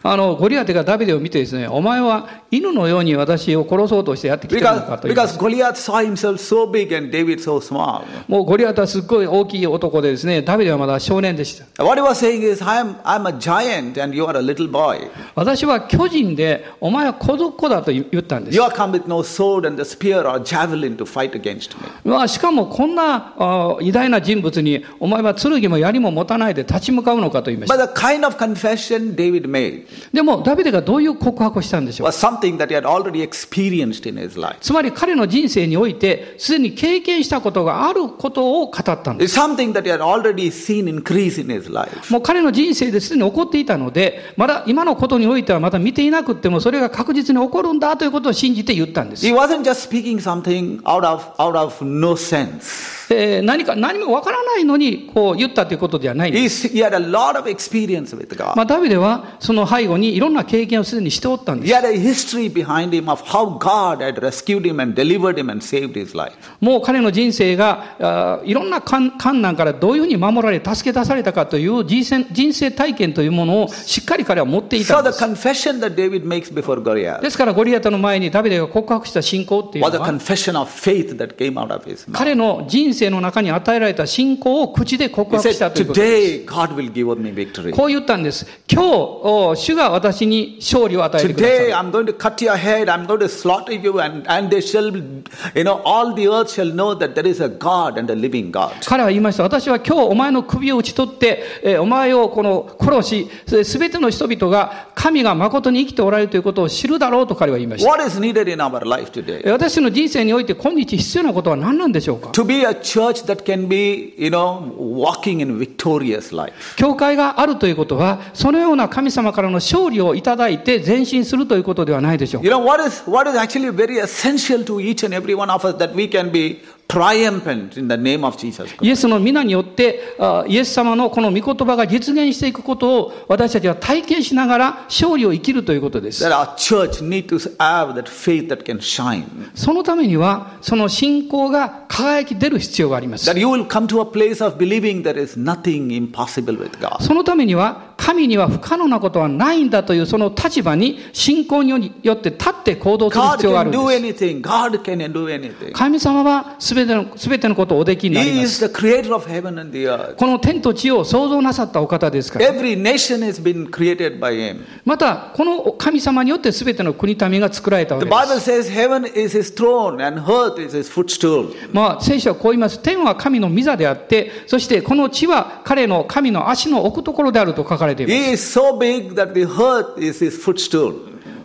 あの、ゴリアテがダビデを見てですね、お前は犬のように私を殺そうとしてやってきてるのか Because, と言います because Goliath saw himself so big and David so small. もうゴリアテはすっごい大きい男でですね、ダビデはまだ少年でした。 What he was saying is, I'm, I'm a giant and you are a little boy. 私は巨人で、お前は小族だと言ったんです You。are come with no sword and the spear or javelin to fight against me. まあ、しかもこんなあ偉大な人物に、お前は剣も槍も持たないで立ち向かうのかと言いまし But た。 the kind of confession David made でも、ダビデがどういう告白をしたんでしょう was something that he had already experienced in his life. つまり彼の人生において、すでに経験したことがあることを語ったんです。 It's something that he had already seen increase in his life. もう彼の人生ですでに起こっていたので、まだ今のことにおいてはまだ見ていなくっても、それが確実に起こるんだということを信じて言ったんです。 He wasn't just speaking something out of, out of no sense. えー何か、何もわからないのに、こう言ったということではないんです。 He, he had a lot of experience with God. まあ、ダビデはその背後にいろんな経験をすでにしておったんで He す。 had a history behind him of how God had rescued him and delivered him and saved his life. もう彼の人生が、あーいろんな困困難からどういうふうに守られ、助け出されたかという人生人生体験というものをしっかり彼は持っていた So んで the す。 confession that David makes before Goliath ですからゴリアタの前にダビデが告白した信仰っていう was の a は、 confession of faith that came out of his mouth. 彼の人生の中に与えられた信仰を口で告 He 白した said, ということです。 Today God will give me victory. こう言ったんです。今日、お主が私に勝利を与えてくださる Today I'm going to cut your head, I'm going to slaughter you, and, and they shall, you know, all the earth shall know that there is a God and a living God. 彼は言いました。私は今日お前の首を打ち取って、えーお前をこの殺し、すべての人々が神が誠に生きておられるということを知るだろうと彼は言いました。 What is needed in our life え today? ー私の人生において今日必要なことは何なんでしょうか To be a church that can be, you know, walking in victorious life. 教会があるということは、そのような神様からの勝利をいただいて前進するということではないでしょうか You know, what is, what is actually very essential to each and every one of us that we can be triumphant in the name of Jesus Christ. イエスの皆によって、あイエス様のこの御言葉が実現していくことを私たちは体験しながら勝利を生きるということです。 That our church need to have that faith that can shine. そのためには、その信仰が輝き出る必要があります。 That you will come to a place of believing there is nothing impossible with God. そのためには、神には不可能なことはないんだというその立場に信仰によって立って行動する God 必要があるん can で do す。 anything. God can do anything. 神様は全ての、全てのことをおできになり He ま is す。 the creator of heaven and the earth. この天と地を創造なさったお方ですから。 Every nation has been created by Him. また、この神様によって全ての国民が作られたわ The けです。 Bible says heaven is His throne and earth is His footstool. まあ、聖書はこう言います。天は神の御座であって、そしてこの地は彼の神の足の置くところであると書かれています。 He is so big that the earth is His footstool.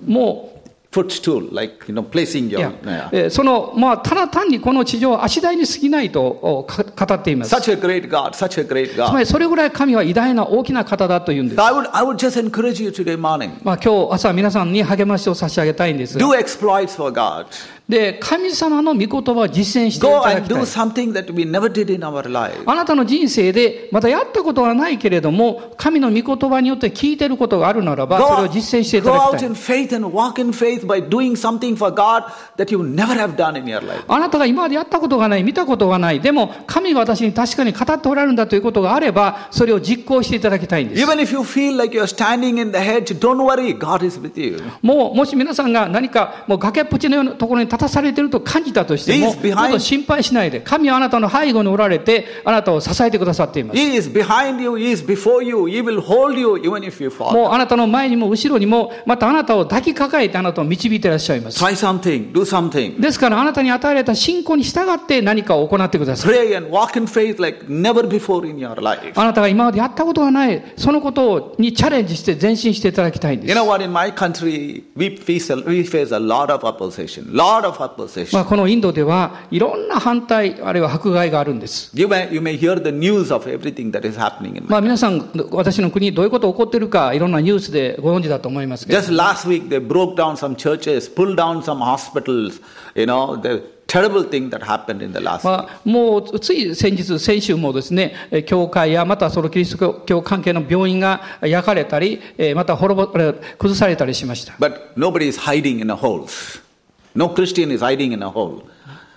もう、 Footstool, like, you know, placing い your. や、えーその、まあ、ただ単にこの地上は足台に過ぎないとおか語っています。つ Such a great God, such a great ま God. りそれぐらい神は偉大な大きな方だというんです。 I would, I would just encourage you today morning. まあ、今日朝皆さんに励ましを差し上げたいんですが。 Do exploits for God. で、神様の御言葉を実践してい Go ただ and きたい do。something that we never did in our life. あなたの人生で、またやったことはないけれども、神の御言葉によって聞いてることがあるならば、それを実践していた go だき out たい。 in faith and walk in faith by doing something for God that you never have done in your life. あなたが今までやったことがない、見たことがない、でも神が私に確かに語っておられるんだということがあれば、それを実行していただきたいんです。 Even if you feel like you're standing in the hedge, don't worry, God is with you. もうもし皆さんが何かもう崖っぷちのようなところに立たされていると感じたとしても、 He is behind- ちょっと心配しないで、神はあなたの背後におられて、あなたを支えてくださっています。 He is behind you, He is before you, He will hold you even if you fall. もうあなたの前にも後ろにも、またあなたを抱きかかえてあなたを導いていらっしゃいます。 Try something, do something. ですからあなたに与えられた信仰に従って何かを行ってください。 Pray and walk in faith like never before in your life. あなたが今までやったことがない、そのことにチャレンジして前進していただきたいんです You。know what, in my country, we face a, we face a lot of opposition, lot of ま opposition. あ、このインドではいろんな反対あるいは迫害があるんです。 You may, you may hear the news of everything that is happening in my まあ、皆さん、私の国、どういうこと起こってるか、いろんなニュースでご存知だと思いますけど、 Just last week, they broke down some churches, pulled down some hospitals. You know, the terrible thing that happened in the last. まあ、もうつい先日、先週もですね、えー教会やまたそのキリスト教関係の病院が焼かれたり、えーまた滅ぼあれ崩されたりしました。 But nobody is hiding in a hole. No Christian is hiding in a hole.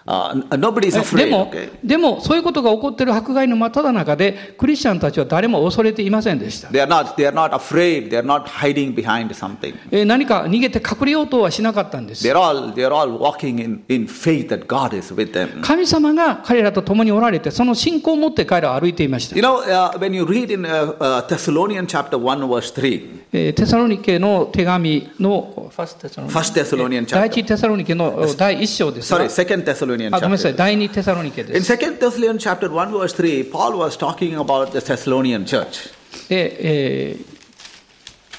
Uh, n- nobody's で afraid, も okay?、でも、そういうことが起こっている迫害の真っ只中で、クリスチャンたちは誰も恐れていませんでした。 They are not, they are not afraid, they are not hiding behind something. えー何か逃げて隠れようとはしなかったんです。 They're all, they're all walking in, in faith that God is with them. 神様が彼らと共におられて、その信仰を持って彼らは歩いていました You。know, uh, when you read in uh, uh, Thessalonians chapter 1, verse 3, えーテサロニケの手紙の、ファーストテサロニケ First Thessalonians 第 chapter, 一テサロニケの第一章ですが sorry, Second あ Thessalonians ごめんなさい、 chapter. 第二テサロニケで In す。 Second Thessalonians chapter 1, verse 3, Paul was talking about the Thessalonian church. で、えー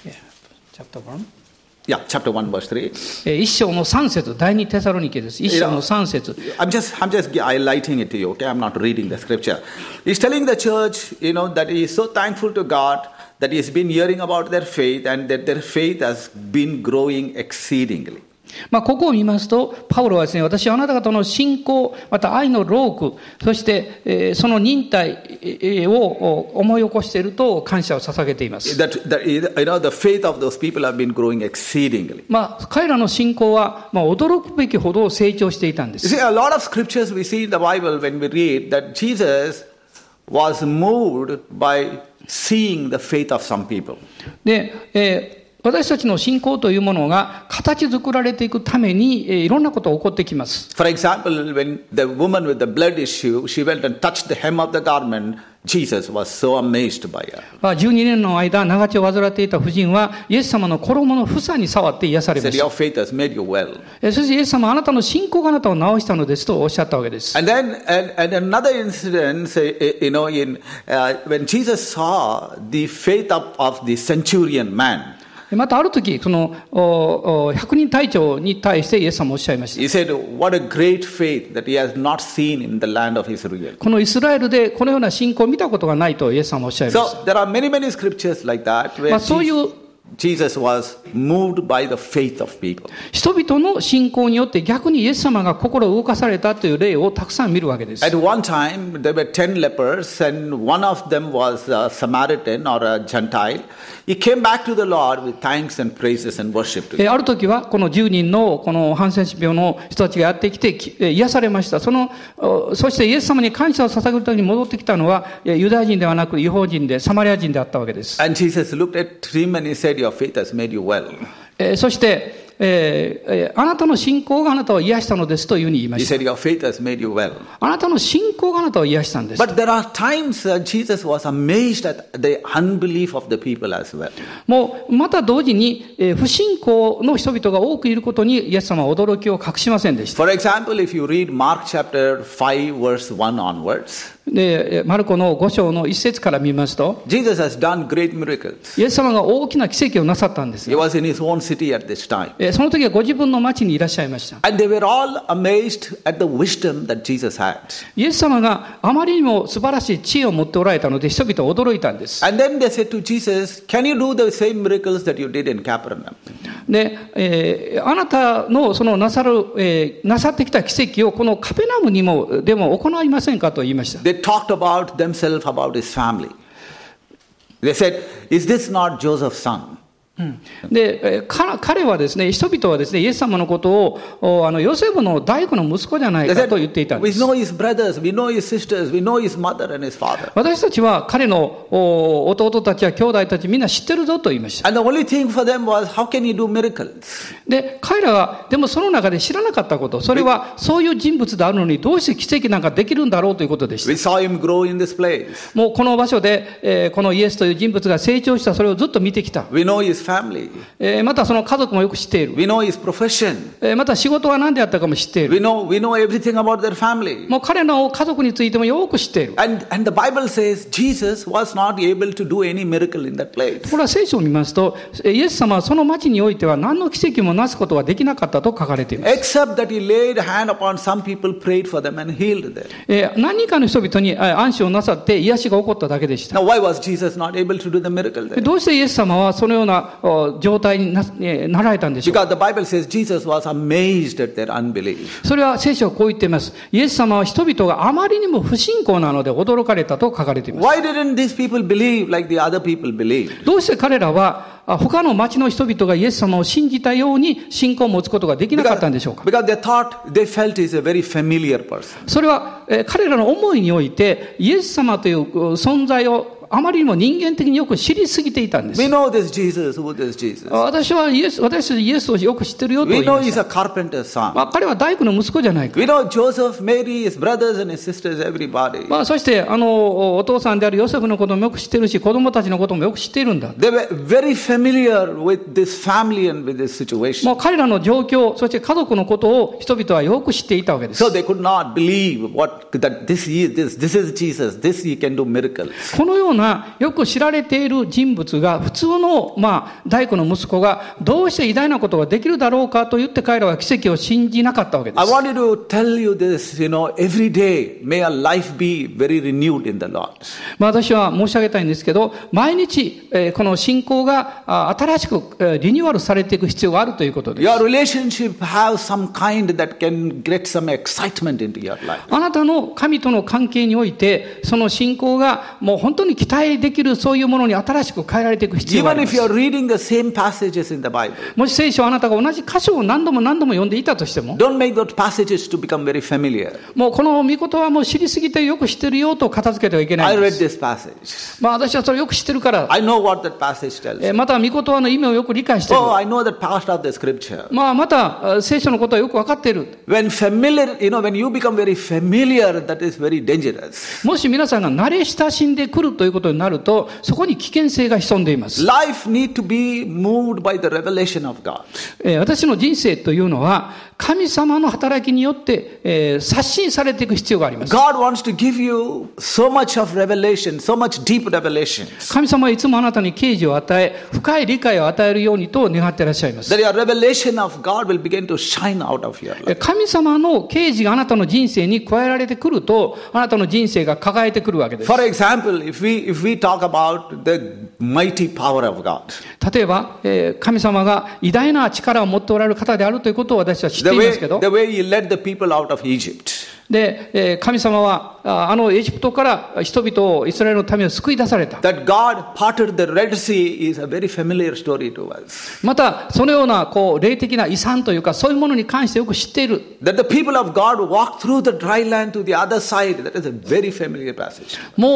えー chapter one？ Yeah, chapter 1, verse 3. えー一章の三節、第二テサロニケです。一章の三節。 I'm just, I'm just highlighting it to you, okay? I'm not reading the scripture. He's telling the church, you know, that he is so thankful to God that he's been hearing about their faith and that their faith has been growing exceedingly. まあ、ここを見ますと、パウロはですね、私はあなた方の信仰、また愛の労苦、そして、えーその忍耐えーをお思い起こしていると感謝を捧げています。 That, that you know, the faith of those people have been growing exceedingly. まあ、彼らの信仰は、まあ、驚くべきほど成長していたんで You す。 see, a lot of scriptures we see in the Bible when we read that Jesus was moved by seeing the faith of some people. で、えー私たちの信仰というものが形作られていくために、えーいろんなことが起こってきます。 For example, when the woman with the blood issue, she went and touched the hem of the garment, Jesus was so amazed by her. まあ12年の間、長血を患っていた婦人は、イエス様の衣の房に触って癒され He ま said, した。 Your faith has made you well. えーそしてイエス様、あなたの信仰があなたを治したのですとおっしゃったわけです。 And then and, and another incident, say, eh, you know, in, uh, when Jesus saw the faith of, of the centurion man, またある時、その、おお百人隊長に対してイエス様おっしゃいました。 he said, What a great faith that he has not seen in the land of Israel. このイスラエルでこのような信仰を見たことがないとイエス様おっしゃいました。 So there are many, many scriptures like that where まあそういう Jesus was moved by the faith of people. 人々の信仰によって逆にイエス様が心を動かされたという例をたくさん見るわけです。 At one time, there were 10 lepers, and one of them was a Samaritan or a Gentile. He came back to the Lord with thanks and praises and worship. To him. えーある時はこの10人のこのハンセン氏病の人たちがやってきてきえー癒されました。その、おそしてイエス様に感謝を捧げるために戻ってきたのはえーユダヤ人ではなく違法人でサマリア人であったわけです。 And Jesus looked at him and he said, Your faith has made you well. えーそして、えーえーあなたの信仰があなたを癒したのですというふうに言いま He した。 said, Your faith has made you well. あなたの信仰があなたを癒したんです。 But there are times that Jesus was amazed at the unbelief of the people as well. もう、また同時に、えー不信仰の人々が多くいることにイエス様は驚きを隠しませんでした。 For example, if you read Mark chapter 5, verse 1 onwards, で、えーマルコの5章の1節から見ますと、 Jesus has done great miracles. イエス様が大きな奇跡をなさったんです He よ。 was in his own city at this time. えーその時はご自分の町にいらっしゃいました。 And they were all amazed at the wisdom that Jesus had. イエス様があまりにも素晴らしい知恵を持っておられたので人々は驚いたんです。 And then they said to Jesus, Can you do the same miracles that you did in Capernaum? で、えーあなたのそのなさる、えーなさってきた奇跡をこのカペナムにもでも行いませんかと言いました。 They talked about themselves, about his family. They said, Is this not Joseph's son? で、えーか彼はですね、人々はですね、イエス様のことを、おあの、ヨセフの大工の息子じゃない They か said, と言っていたんで We す。 know his brothers, we know his sisters, we know his mother and his father. 私たちは彼のお弟たちや兄弟たちみんな知ってるぞと言いました。 And the only thing for them was, How can he do miracles? で、彼らは、でもその中で知らなかったこと、それはそういう人物であるのにどうして奇跡なんかできるんだろうということでし We た。 saw him grow in this place. もうこの場所で、えーこのイエスという人物が成長した、それをずっと見てきた。 We know his family. えーまたその家族もよく知っている。 We know his profession. えーまた仕事は何であったかも知っている。 We know, we know everything about their family. もう彼の家族についてもよく知っている。 And, and the Bible says Jesus was not able to do any miracle in that place. これは聖書を見ますと、えイエス様はその町においては何の奇跡もなすことはできなかったと書かれています。 Except that he laid hand upon some people, prayed for them, and healed them. えー何人かの人々にえー安心をなさって癒しが起こっただけでした。 Now, why was Jesus not able to do the miracle で there? どうしてイエス様はそのようなお状態にな,えーなられたんでしょうか Because the Bible says Jesus was amazed at their unbelief. それは聖書はこう言っています。イエス様は人々があまりにも不信仰なので驚かれたと書かれています。 Why didn't these people believe like the other people believed? どうして彼らはあ他の町の人々がイエス様を信じたように信仰を持つことができなかったんでしょうか because they thought, they felt he's a very familiar person. それは、えー彼らの思いにおいて、イエス様というう存在をあまりにも人間的によく知りすぎていたんで We す。 know this Jesus, who this Jesus. 私はイエス、私たちイエスをよく知ってるよと言 We い Oh, know まし he's た。 a carpenter's son. まあ、彼は大工の息子じゃないか。 We know Joseph, Mary, his brothers and his sisters, everybody. まあ、そして、あの、お父さんであるヨセフのこともよく知ってるし、子供たちのこともよく知っているんだ。 They were very familiar with this family and with this situation. もう彼らの状況、そして家族のことを人々はよく知っていたわけです So。they could not believe what that this is this this is Jesus. This he can do miracles. このようなよく知られている人物が普通の、まあ、大工の息子がどうして偉大なことができるだろうかと言って彼らは奇跡を信じなかったわけで I す。 wanted to tell you this. You know, every day may our life be very renewed in the Lord. まあ、私は申し上げたいんですけど、毎日、えーこの信仰があ新しく、えーリニューアルされていく必要があるということです。 Your relationship have some kind that can get some excitement into your life. あなたの神との関係において、その信仰がもう本当に期待できるそういうものに新しく変えられていく必要があ Even りま if す you。are reading the same passages in the Bible, もし聖書をあなたが同じ箇所を何度も何度も読んでいたとしても、 don't make those passages to become very familiar. もうこの御言はもう知りすぎてよく知ってるよと片付けてはいけな I いんで read す。 this passage. まあ私はそれよく知ってるから、 I know what that passage tells. えーまた御言はの意味をよく理解してる。 Oh, I know that part of the scripture. まあまたあ聖書のことはよく分かっている。 When familiar, you know, when you become very familiar, that is very dangerous. もし皆さんが慣れ親しんでくるということになると、そこに危険性が潜んでいます。 Life need to be moved by the revelation of God. えー私の人生というのは、神様の働きによって、えー刷新されていく必要があります。 God wants to give you so much of revelation, so much deep revelation, 神様はいつもあなたに啓示を与え、深い理解を与えるようにと願っていらっしゃいます。 that your revelation of God will begin to shine out of your life. 神様の啓示があなたの人生に加えられてくると、あなたの人生が輝いてくるわけです。 For example, if we if we talk about the mighty power of God, 例えば、えー神様が偉大な力を持っておられる方であるということを私は知って the いま way すけど、 the way He led the people out of Egypt, で、えー神様は、ああのエジプトから人々をイスラエルの民を救い出された。 that God parted the Red Sea is a very familiar story to us. また、そのような、こう、霊的な遺産というか、そういうものに関してよく知っている。 That the people of God walked through the dry land to the other side, that is a very familiar passage. もう、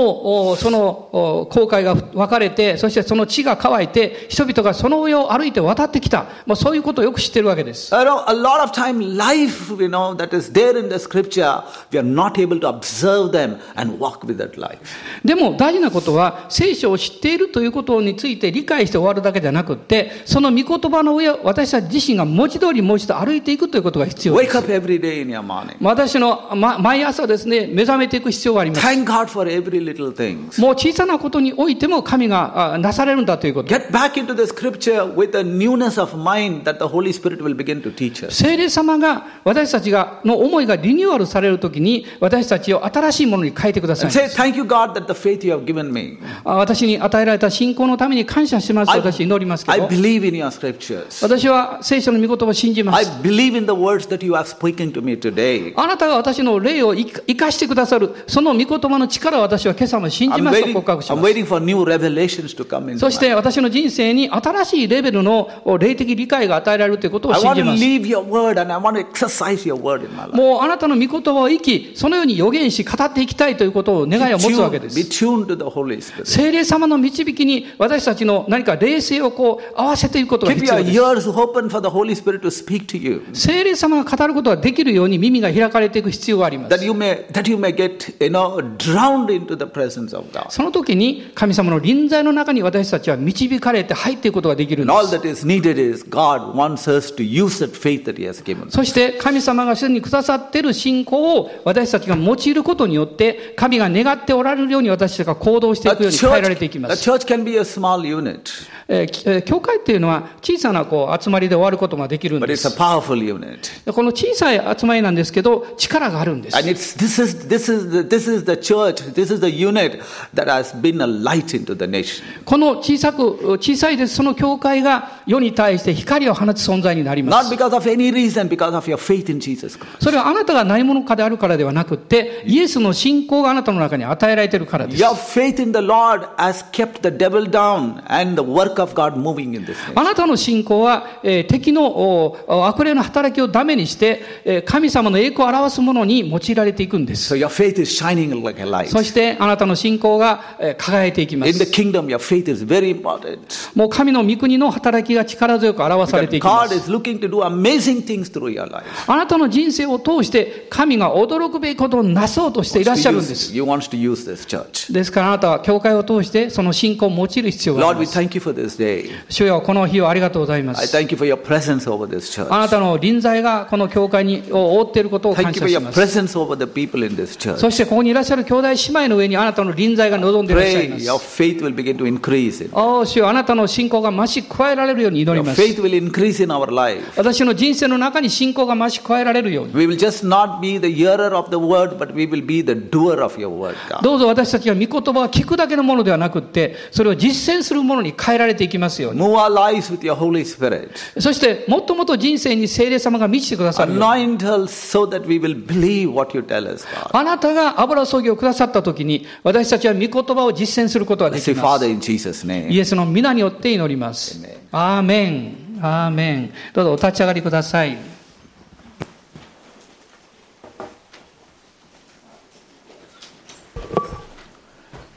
おその、お航海が分かれて、そしてその地が乾いて、人々がその上を歩いて渡ってきた。まあ、そういうことをよく知っているわけです。 You know, a lot of time life, you know, that is there in the scripture, we are not able to observe them and walk with that life. でも大事なことは、聖書を知っているということについて理解して終わるだけじゃなくって、その御言葉の上を私たち自身が文字通りもう一度歩いていくということが必要で Wake す。 up every day in your morning. 私の、ま、毎朝ですね、目覚めていく必要があります。 Thank God for every little thing. もう小さなことにおいても神があなされるんだということ。 Get back into the scripture with a newness of mind that the Holy Spirit will begin to teach us. 聖霊様が私たちがの思いがリニューアルされるときに私たちを新しいものに変えてくださ And say, い。 Thank you, God, that the faith you have given me. あ私に与えられた信仰のために感謝します。 I, 私祈りますけ I ど。 believe in your scriptures. 私は聖書の御言葉を信じます I。believe in the words that you are speaking to me today. あなたが私の霊を生か生かしてくださる、その御言葉の力を私は今朝も信じ I'm ますと waiting, 告白し I'm ます。 waiting for new revelations to come in. そして私の人生に新しいレベルの霊的理解が与えられるということを I 信 want じ to ます。 leave your word and I want to exercise your word in my life. もうあなたの御言葉を生き、そのように予言し、語っていきたいということを願いを Be 持つわけ tuned, で be す。 tuned to the Holy Spirit. 聖霊様の導きに私たちの何か霊性をこう合わせていくことが Keep 必 your 要です。 ears open for the Holy Spirit to speak to you. 聖霊様が語ることができるように耳が開かれていく必要がありま That す。 you may that you may get you know drowned into the presence of God. その時に神様の臨在の中に私たちは導かれて入っていくことができるんで And all す。 that is needed is God wants us to use that faith that He has given. us. そして神様がすでにくださっている信仰を私たちが用いることによって神が願っておられるように私たちが行動してい A くように変えられてい church, きま a す。 church can be a small unit, えーきえー教会っていうのは小さなこう集まりで終わることができるん but で it's a す。 powerful unit. でこの小さい集まりなんですけど力があるんです。 And it's this is this is the, this is the church. This is the unit that has been a light into the nation. この小さく、小さいです。その教会が世に対して光を放つ存在になりま Not す。 because of any reason, because of your faith in Jesus Christ. それはあなたが何者かであるからではなくって、イエスの信仰があなたの中に与えられているからです。 Your faith in the Lord has kept the devil down and the work of God moving in this nation. あなたの信仰は、えー敵のお悪霊の働きをダメにして、えー神様の栄光を表すものに用いられていくんです。 So your faith is shining like a light. そしてあなたの信仰が、えー輝いていきま In the す。 kingdom, your faith is very important. もう神の御国の働きが力強く表されて Because いきま God す。 is looking to do amazing things through your life. あなたの人生を通して神が驚くべきことをなそうとしていらっしゃるんです。 You wants to use this church. ですからあなたは教会を通してその信仰を用いる必要があり Lord, we ます。 thank you for this day. 主よこの日をありがとうございま I す。 thank you for your presence over this あ church. なたの臨在がこの教会にを覆っていることを感 Thank 謝 you for し your ます。 presence over the people in this church. そしてここにいらっしゃる兄弟姉妹の上にあなたの臨在が望んでいらっしゃ Pray いま your す。 faith will begin to increase. In. おー主よあなたの信仰が増し加えられるように祈り Your ます。 faith will increase in our life. 私の人生の中に信仰が増し加えられるように。 We will just not be the hearer of the word, but we will be the doer of your word, God. どうぞ私たちが御言葉を聞くだけのものではなくって、それを実践するものに変えられていきますように。 Move our lives with your Holy Spirit. そして、もっともっと人生に聖霊様が満ちてくださるように。 Anoint us so that we will believe what you tell us, God. あなたが油葬儀をくださった時に、私たちは御言葉を実践することがで Let's き say, ます。 Father, in Jesus' name. イエスの皆によって祈ります。アーメン。アーメン。どうぞお立ち上がりください。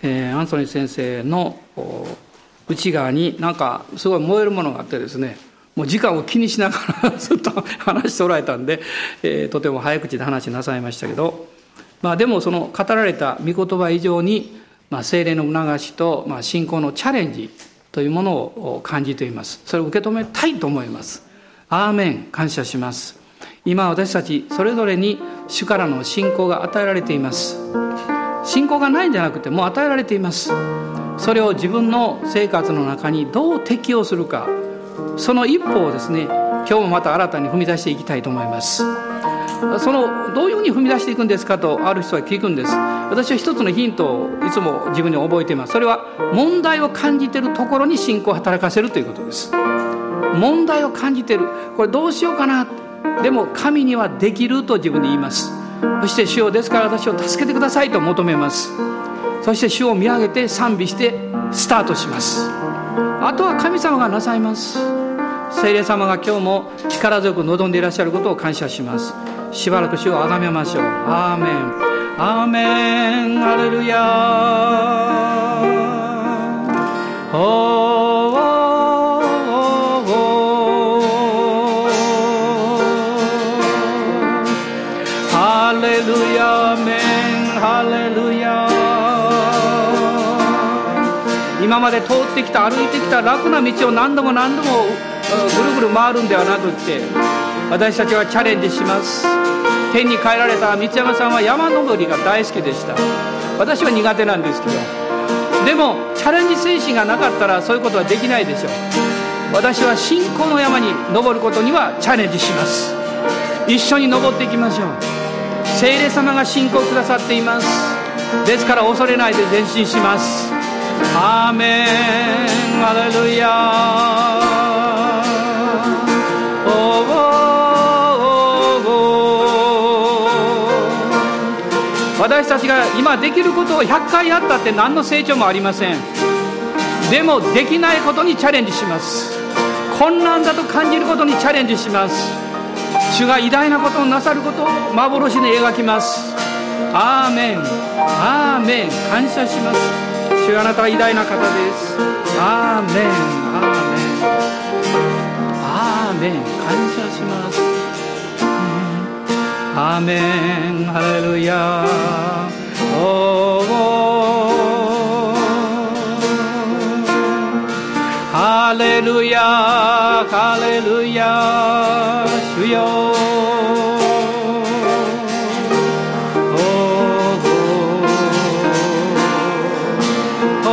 えーアンソニー先生のお内側になんかすごい燃えるものがあってですねもう時間を気にしながら ずっと話しておられたんで、えーとても早口で話しなさいましたけど、まあ、でもその語られた御言葉以上に、まあ、精霊の促しと、まあ、信仰のチャレンジというものをお感じていますそれを受け止めたいと思いますアーメン感謝します今私たちそれぞれに主からの信仰が与えられています信仰がないんじゃなくてもう与えられていますそれを自分の生活の中にどう適用するかその一歩をですね今日もまた新たに踏み出していきたいと思いますそのどういうふうに踏み出していくんですかとある人は聞くんです私は一つのヒントをいつも自分に覚えていますそれは問題を感じているところに信仰を働かせるということです問題を感じてるこれどうしようかなでも神にはできると自分で言いますそして主をですから私を助けてくださいと求めますそして主を見上げて賛美してスタートしますあとは神様がなさいます聖霊様が今日も力強く望んでいらっしゃることを感謝しますしばらく主をあがめましょうアーメンアーメンアレルヤおーおーおーハレルヤアーメンハレルヤ今まで通ってきた歩いてきた楽な道を何度も何度もうんぐるぐる回るんではなくって私たちはチャレンジします天に帰られた道山さんは山登りが大好きでした私は苦手なんですけどでもチャレンジ精神がなかったらそういうことはできないでしょう私は信仰の山に登ることにはチャレンジします一緒に登っていきましょう聖霊様が信仰をくださっていますですから恐れないで前進しますアーメンアレルヤおーおーおー私たちが今できることを100回やったって何の成長もありませんでもできないことにチャレンジします困難だと感じることにチャレンジします主が偉大なことをなさることを幻に描きますアーメンアーメン感謝します主あなたは偉大な方ですアーメンアーメンアーメン感謝しますアーメンハレルヤおーハレルヤハレルヤ主よお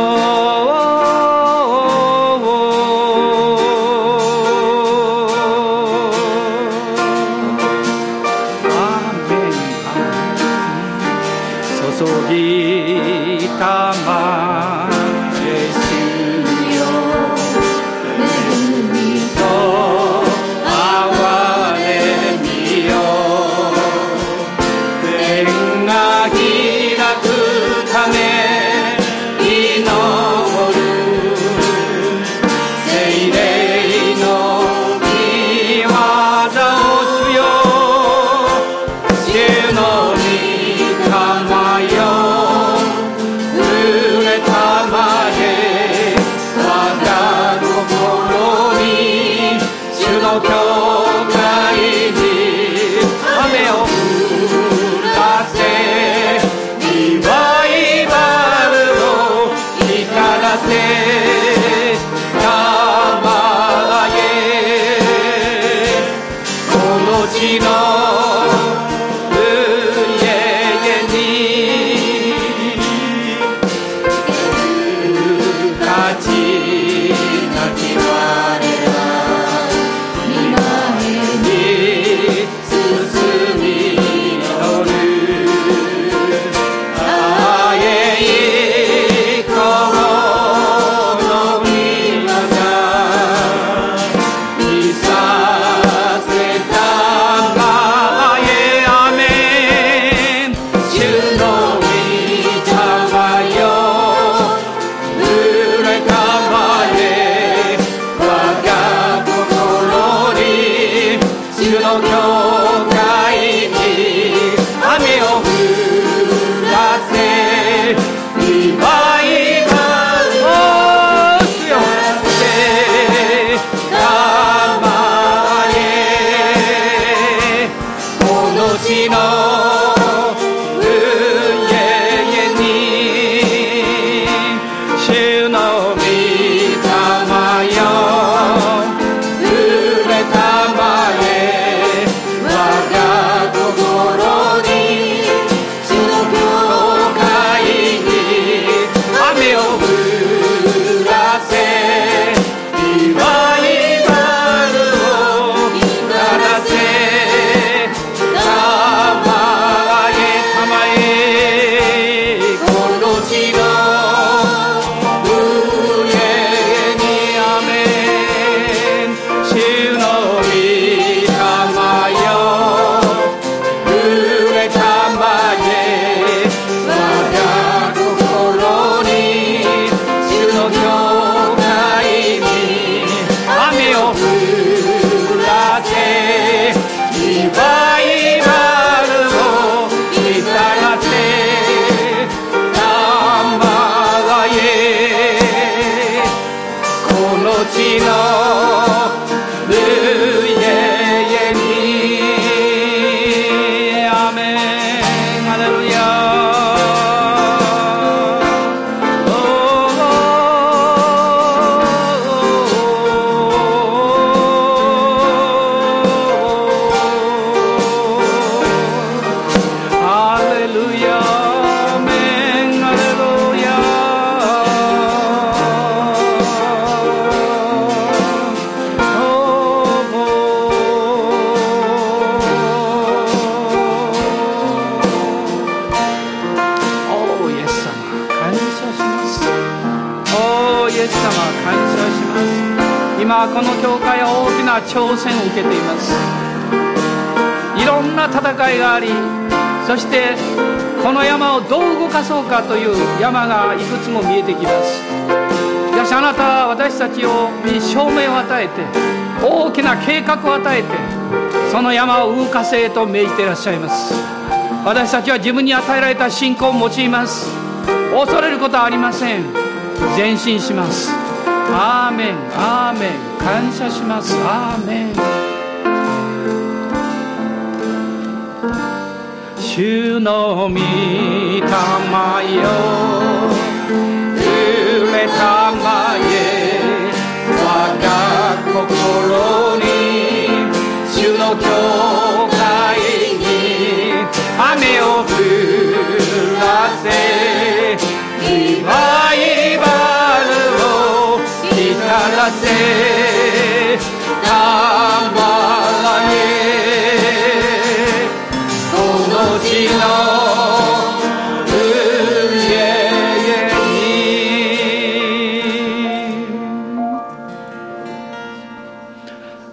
ーおーおーおーアーメンアーメン注ぎたまえ主よ「恵みと哀れみよの地の家々にアーメンハレルヤ Hallelujah, amen, hallelujah. Oh, oh. Oh, イエス様感謝します。おーイエス様感謝します今この教会は大きな挑戦を受けていますいろんな戦いがありそしてこの山をどう動かそうかという山がいくつも見えてきますしかしあなたは私たちをに証明を与えて大きな計画を与えてその山を動かせと命じていらっしゃいます私たちは自分に与えられた信仰を用います恐れることはありません前進しますアーメンアーメン感謝しますアーメン主の御霊よ揺れたまえ我が心に主の教会に雨を降らせリバイバルを光らせたまえこの地の上に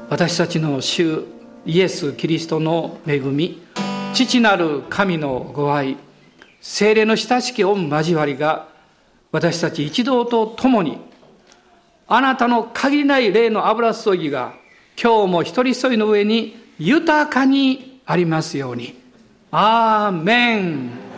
私たちの主イエス・キリストの恵み父なる神のご愛精霊の親しき御交わりが私たち一同と共にあなたの限りない霊の油注ぎが今日も一人一人の上に豊かにありますように。アーメン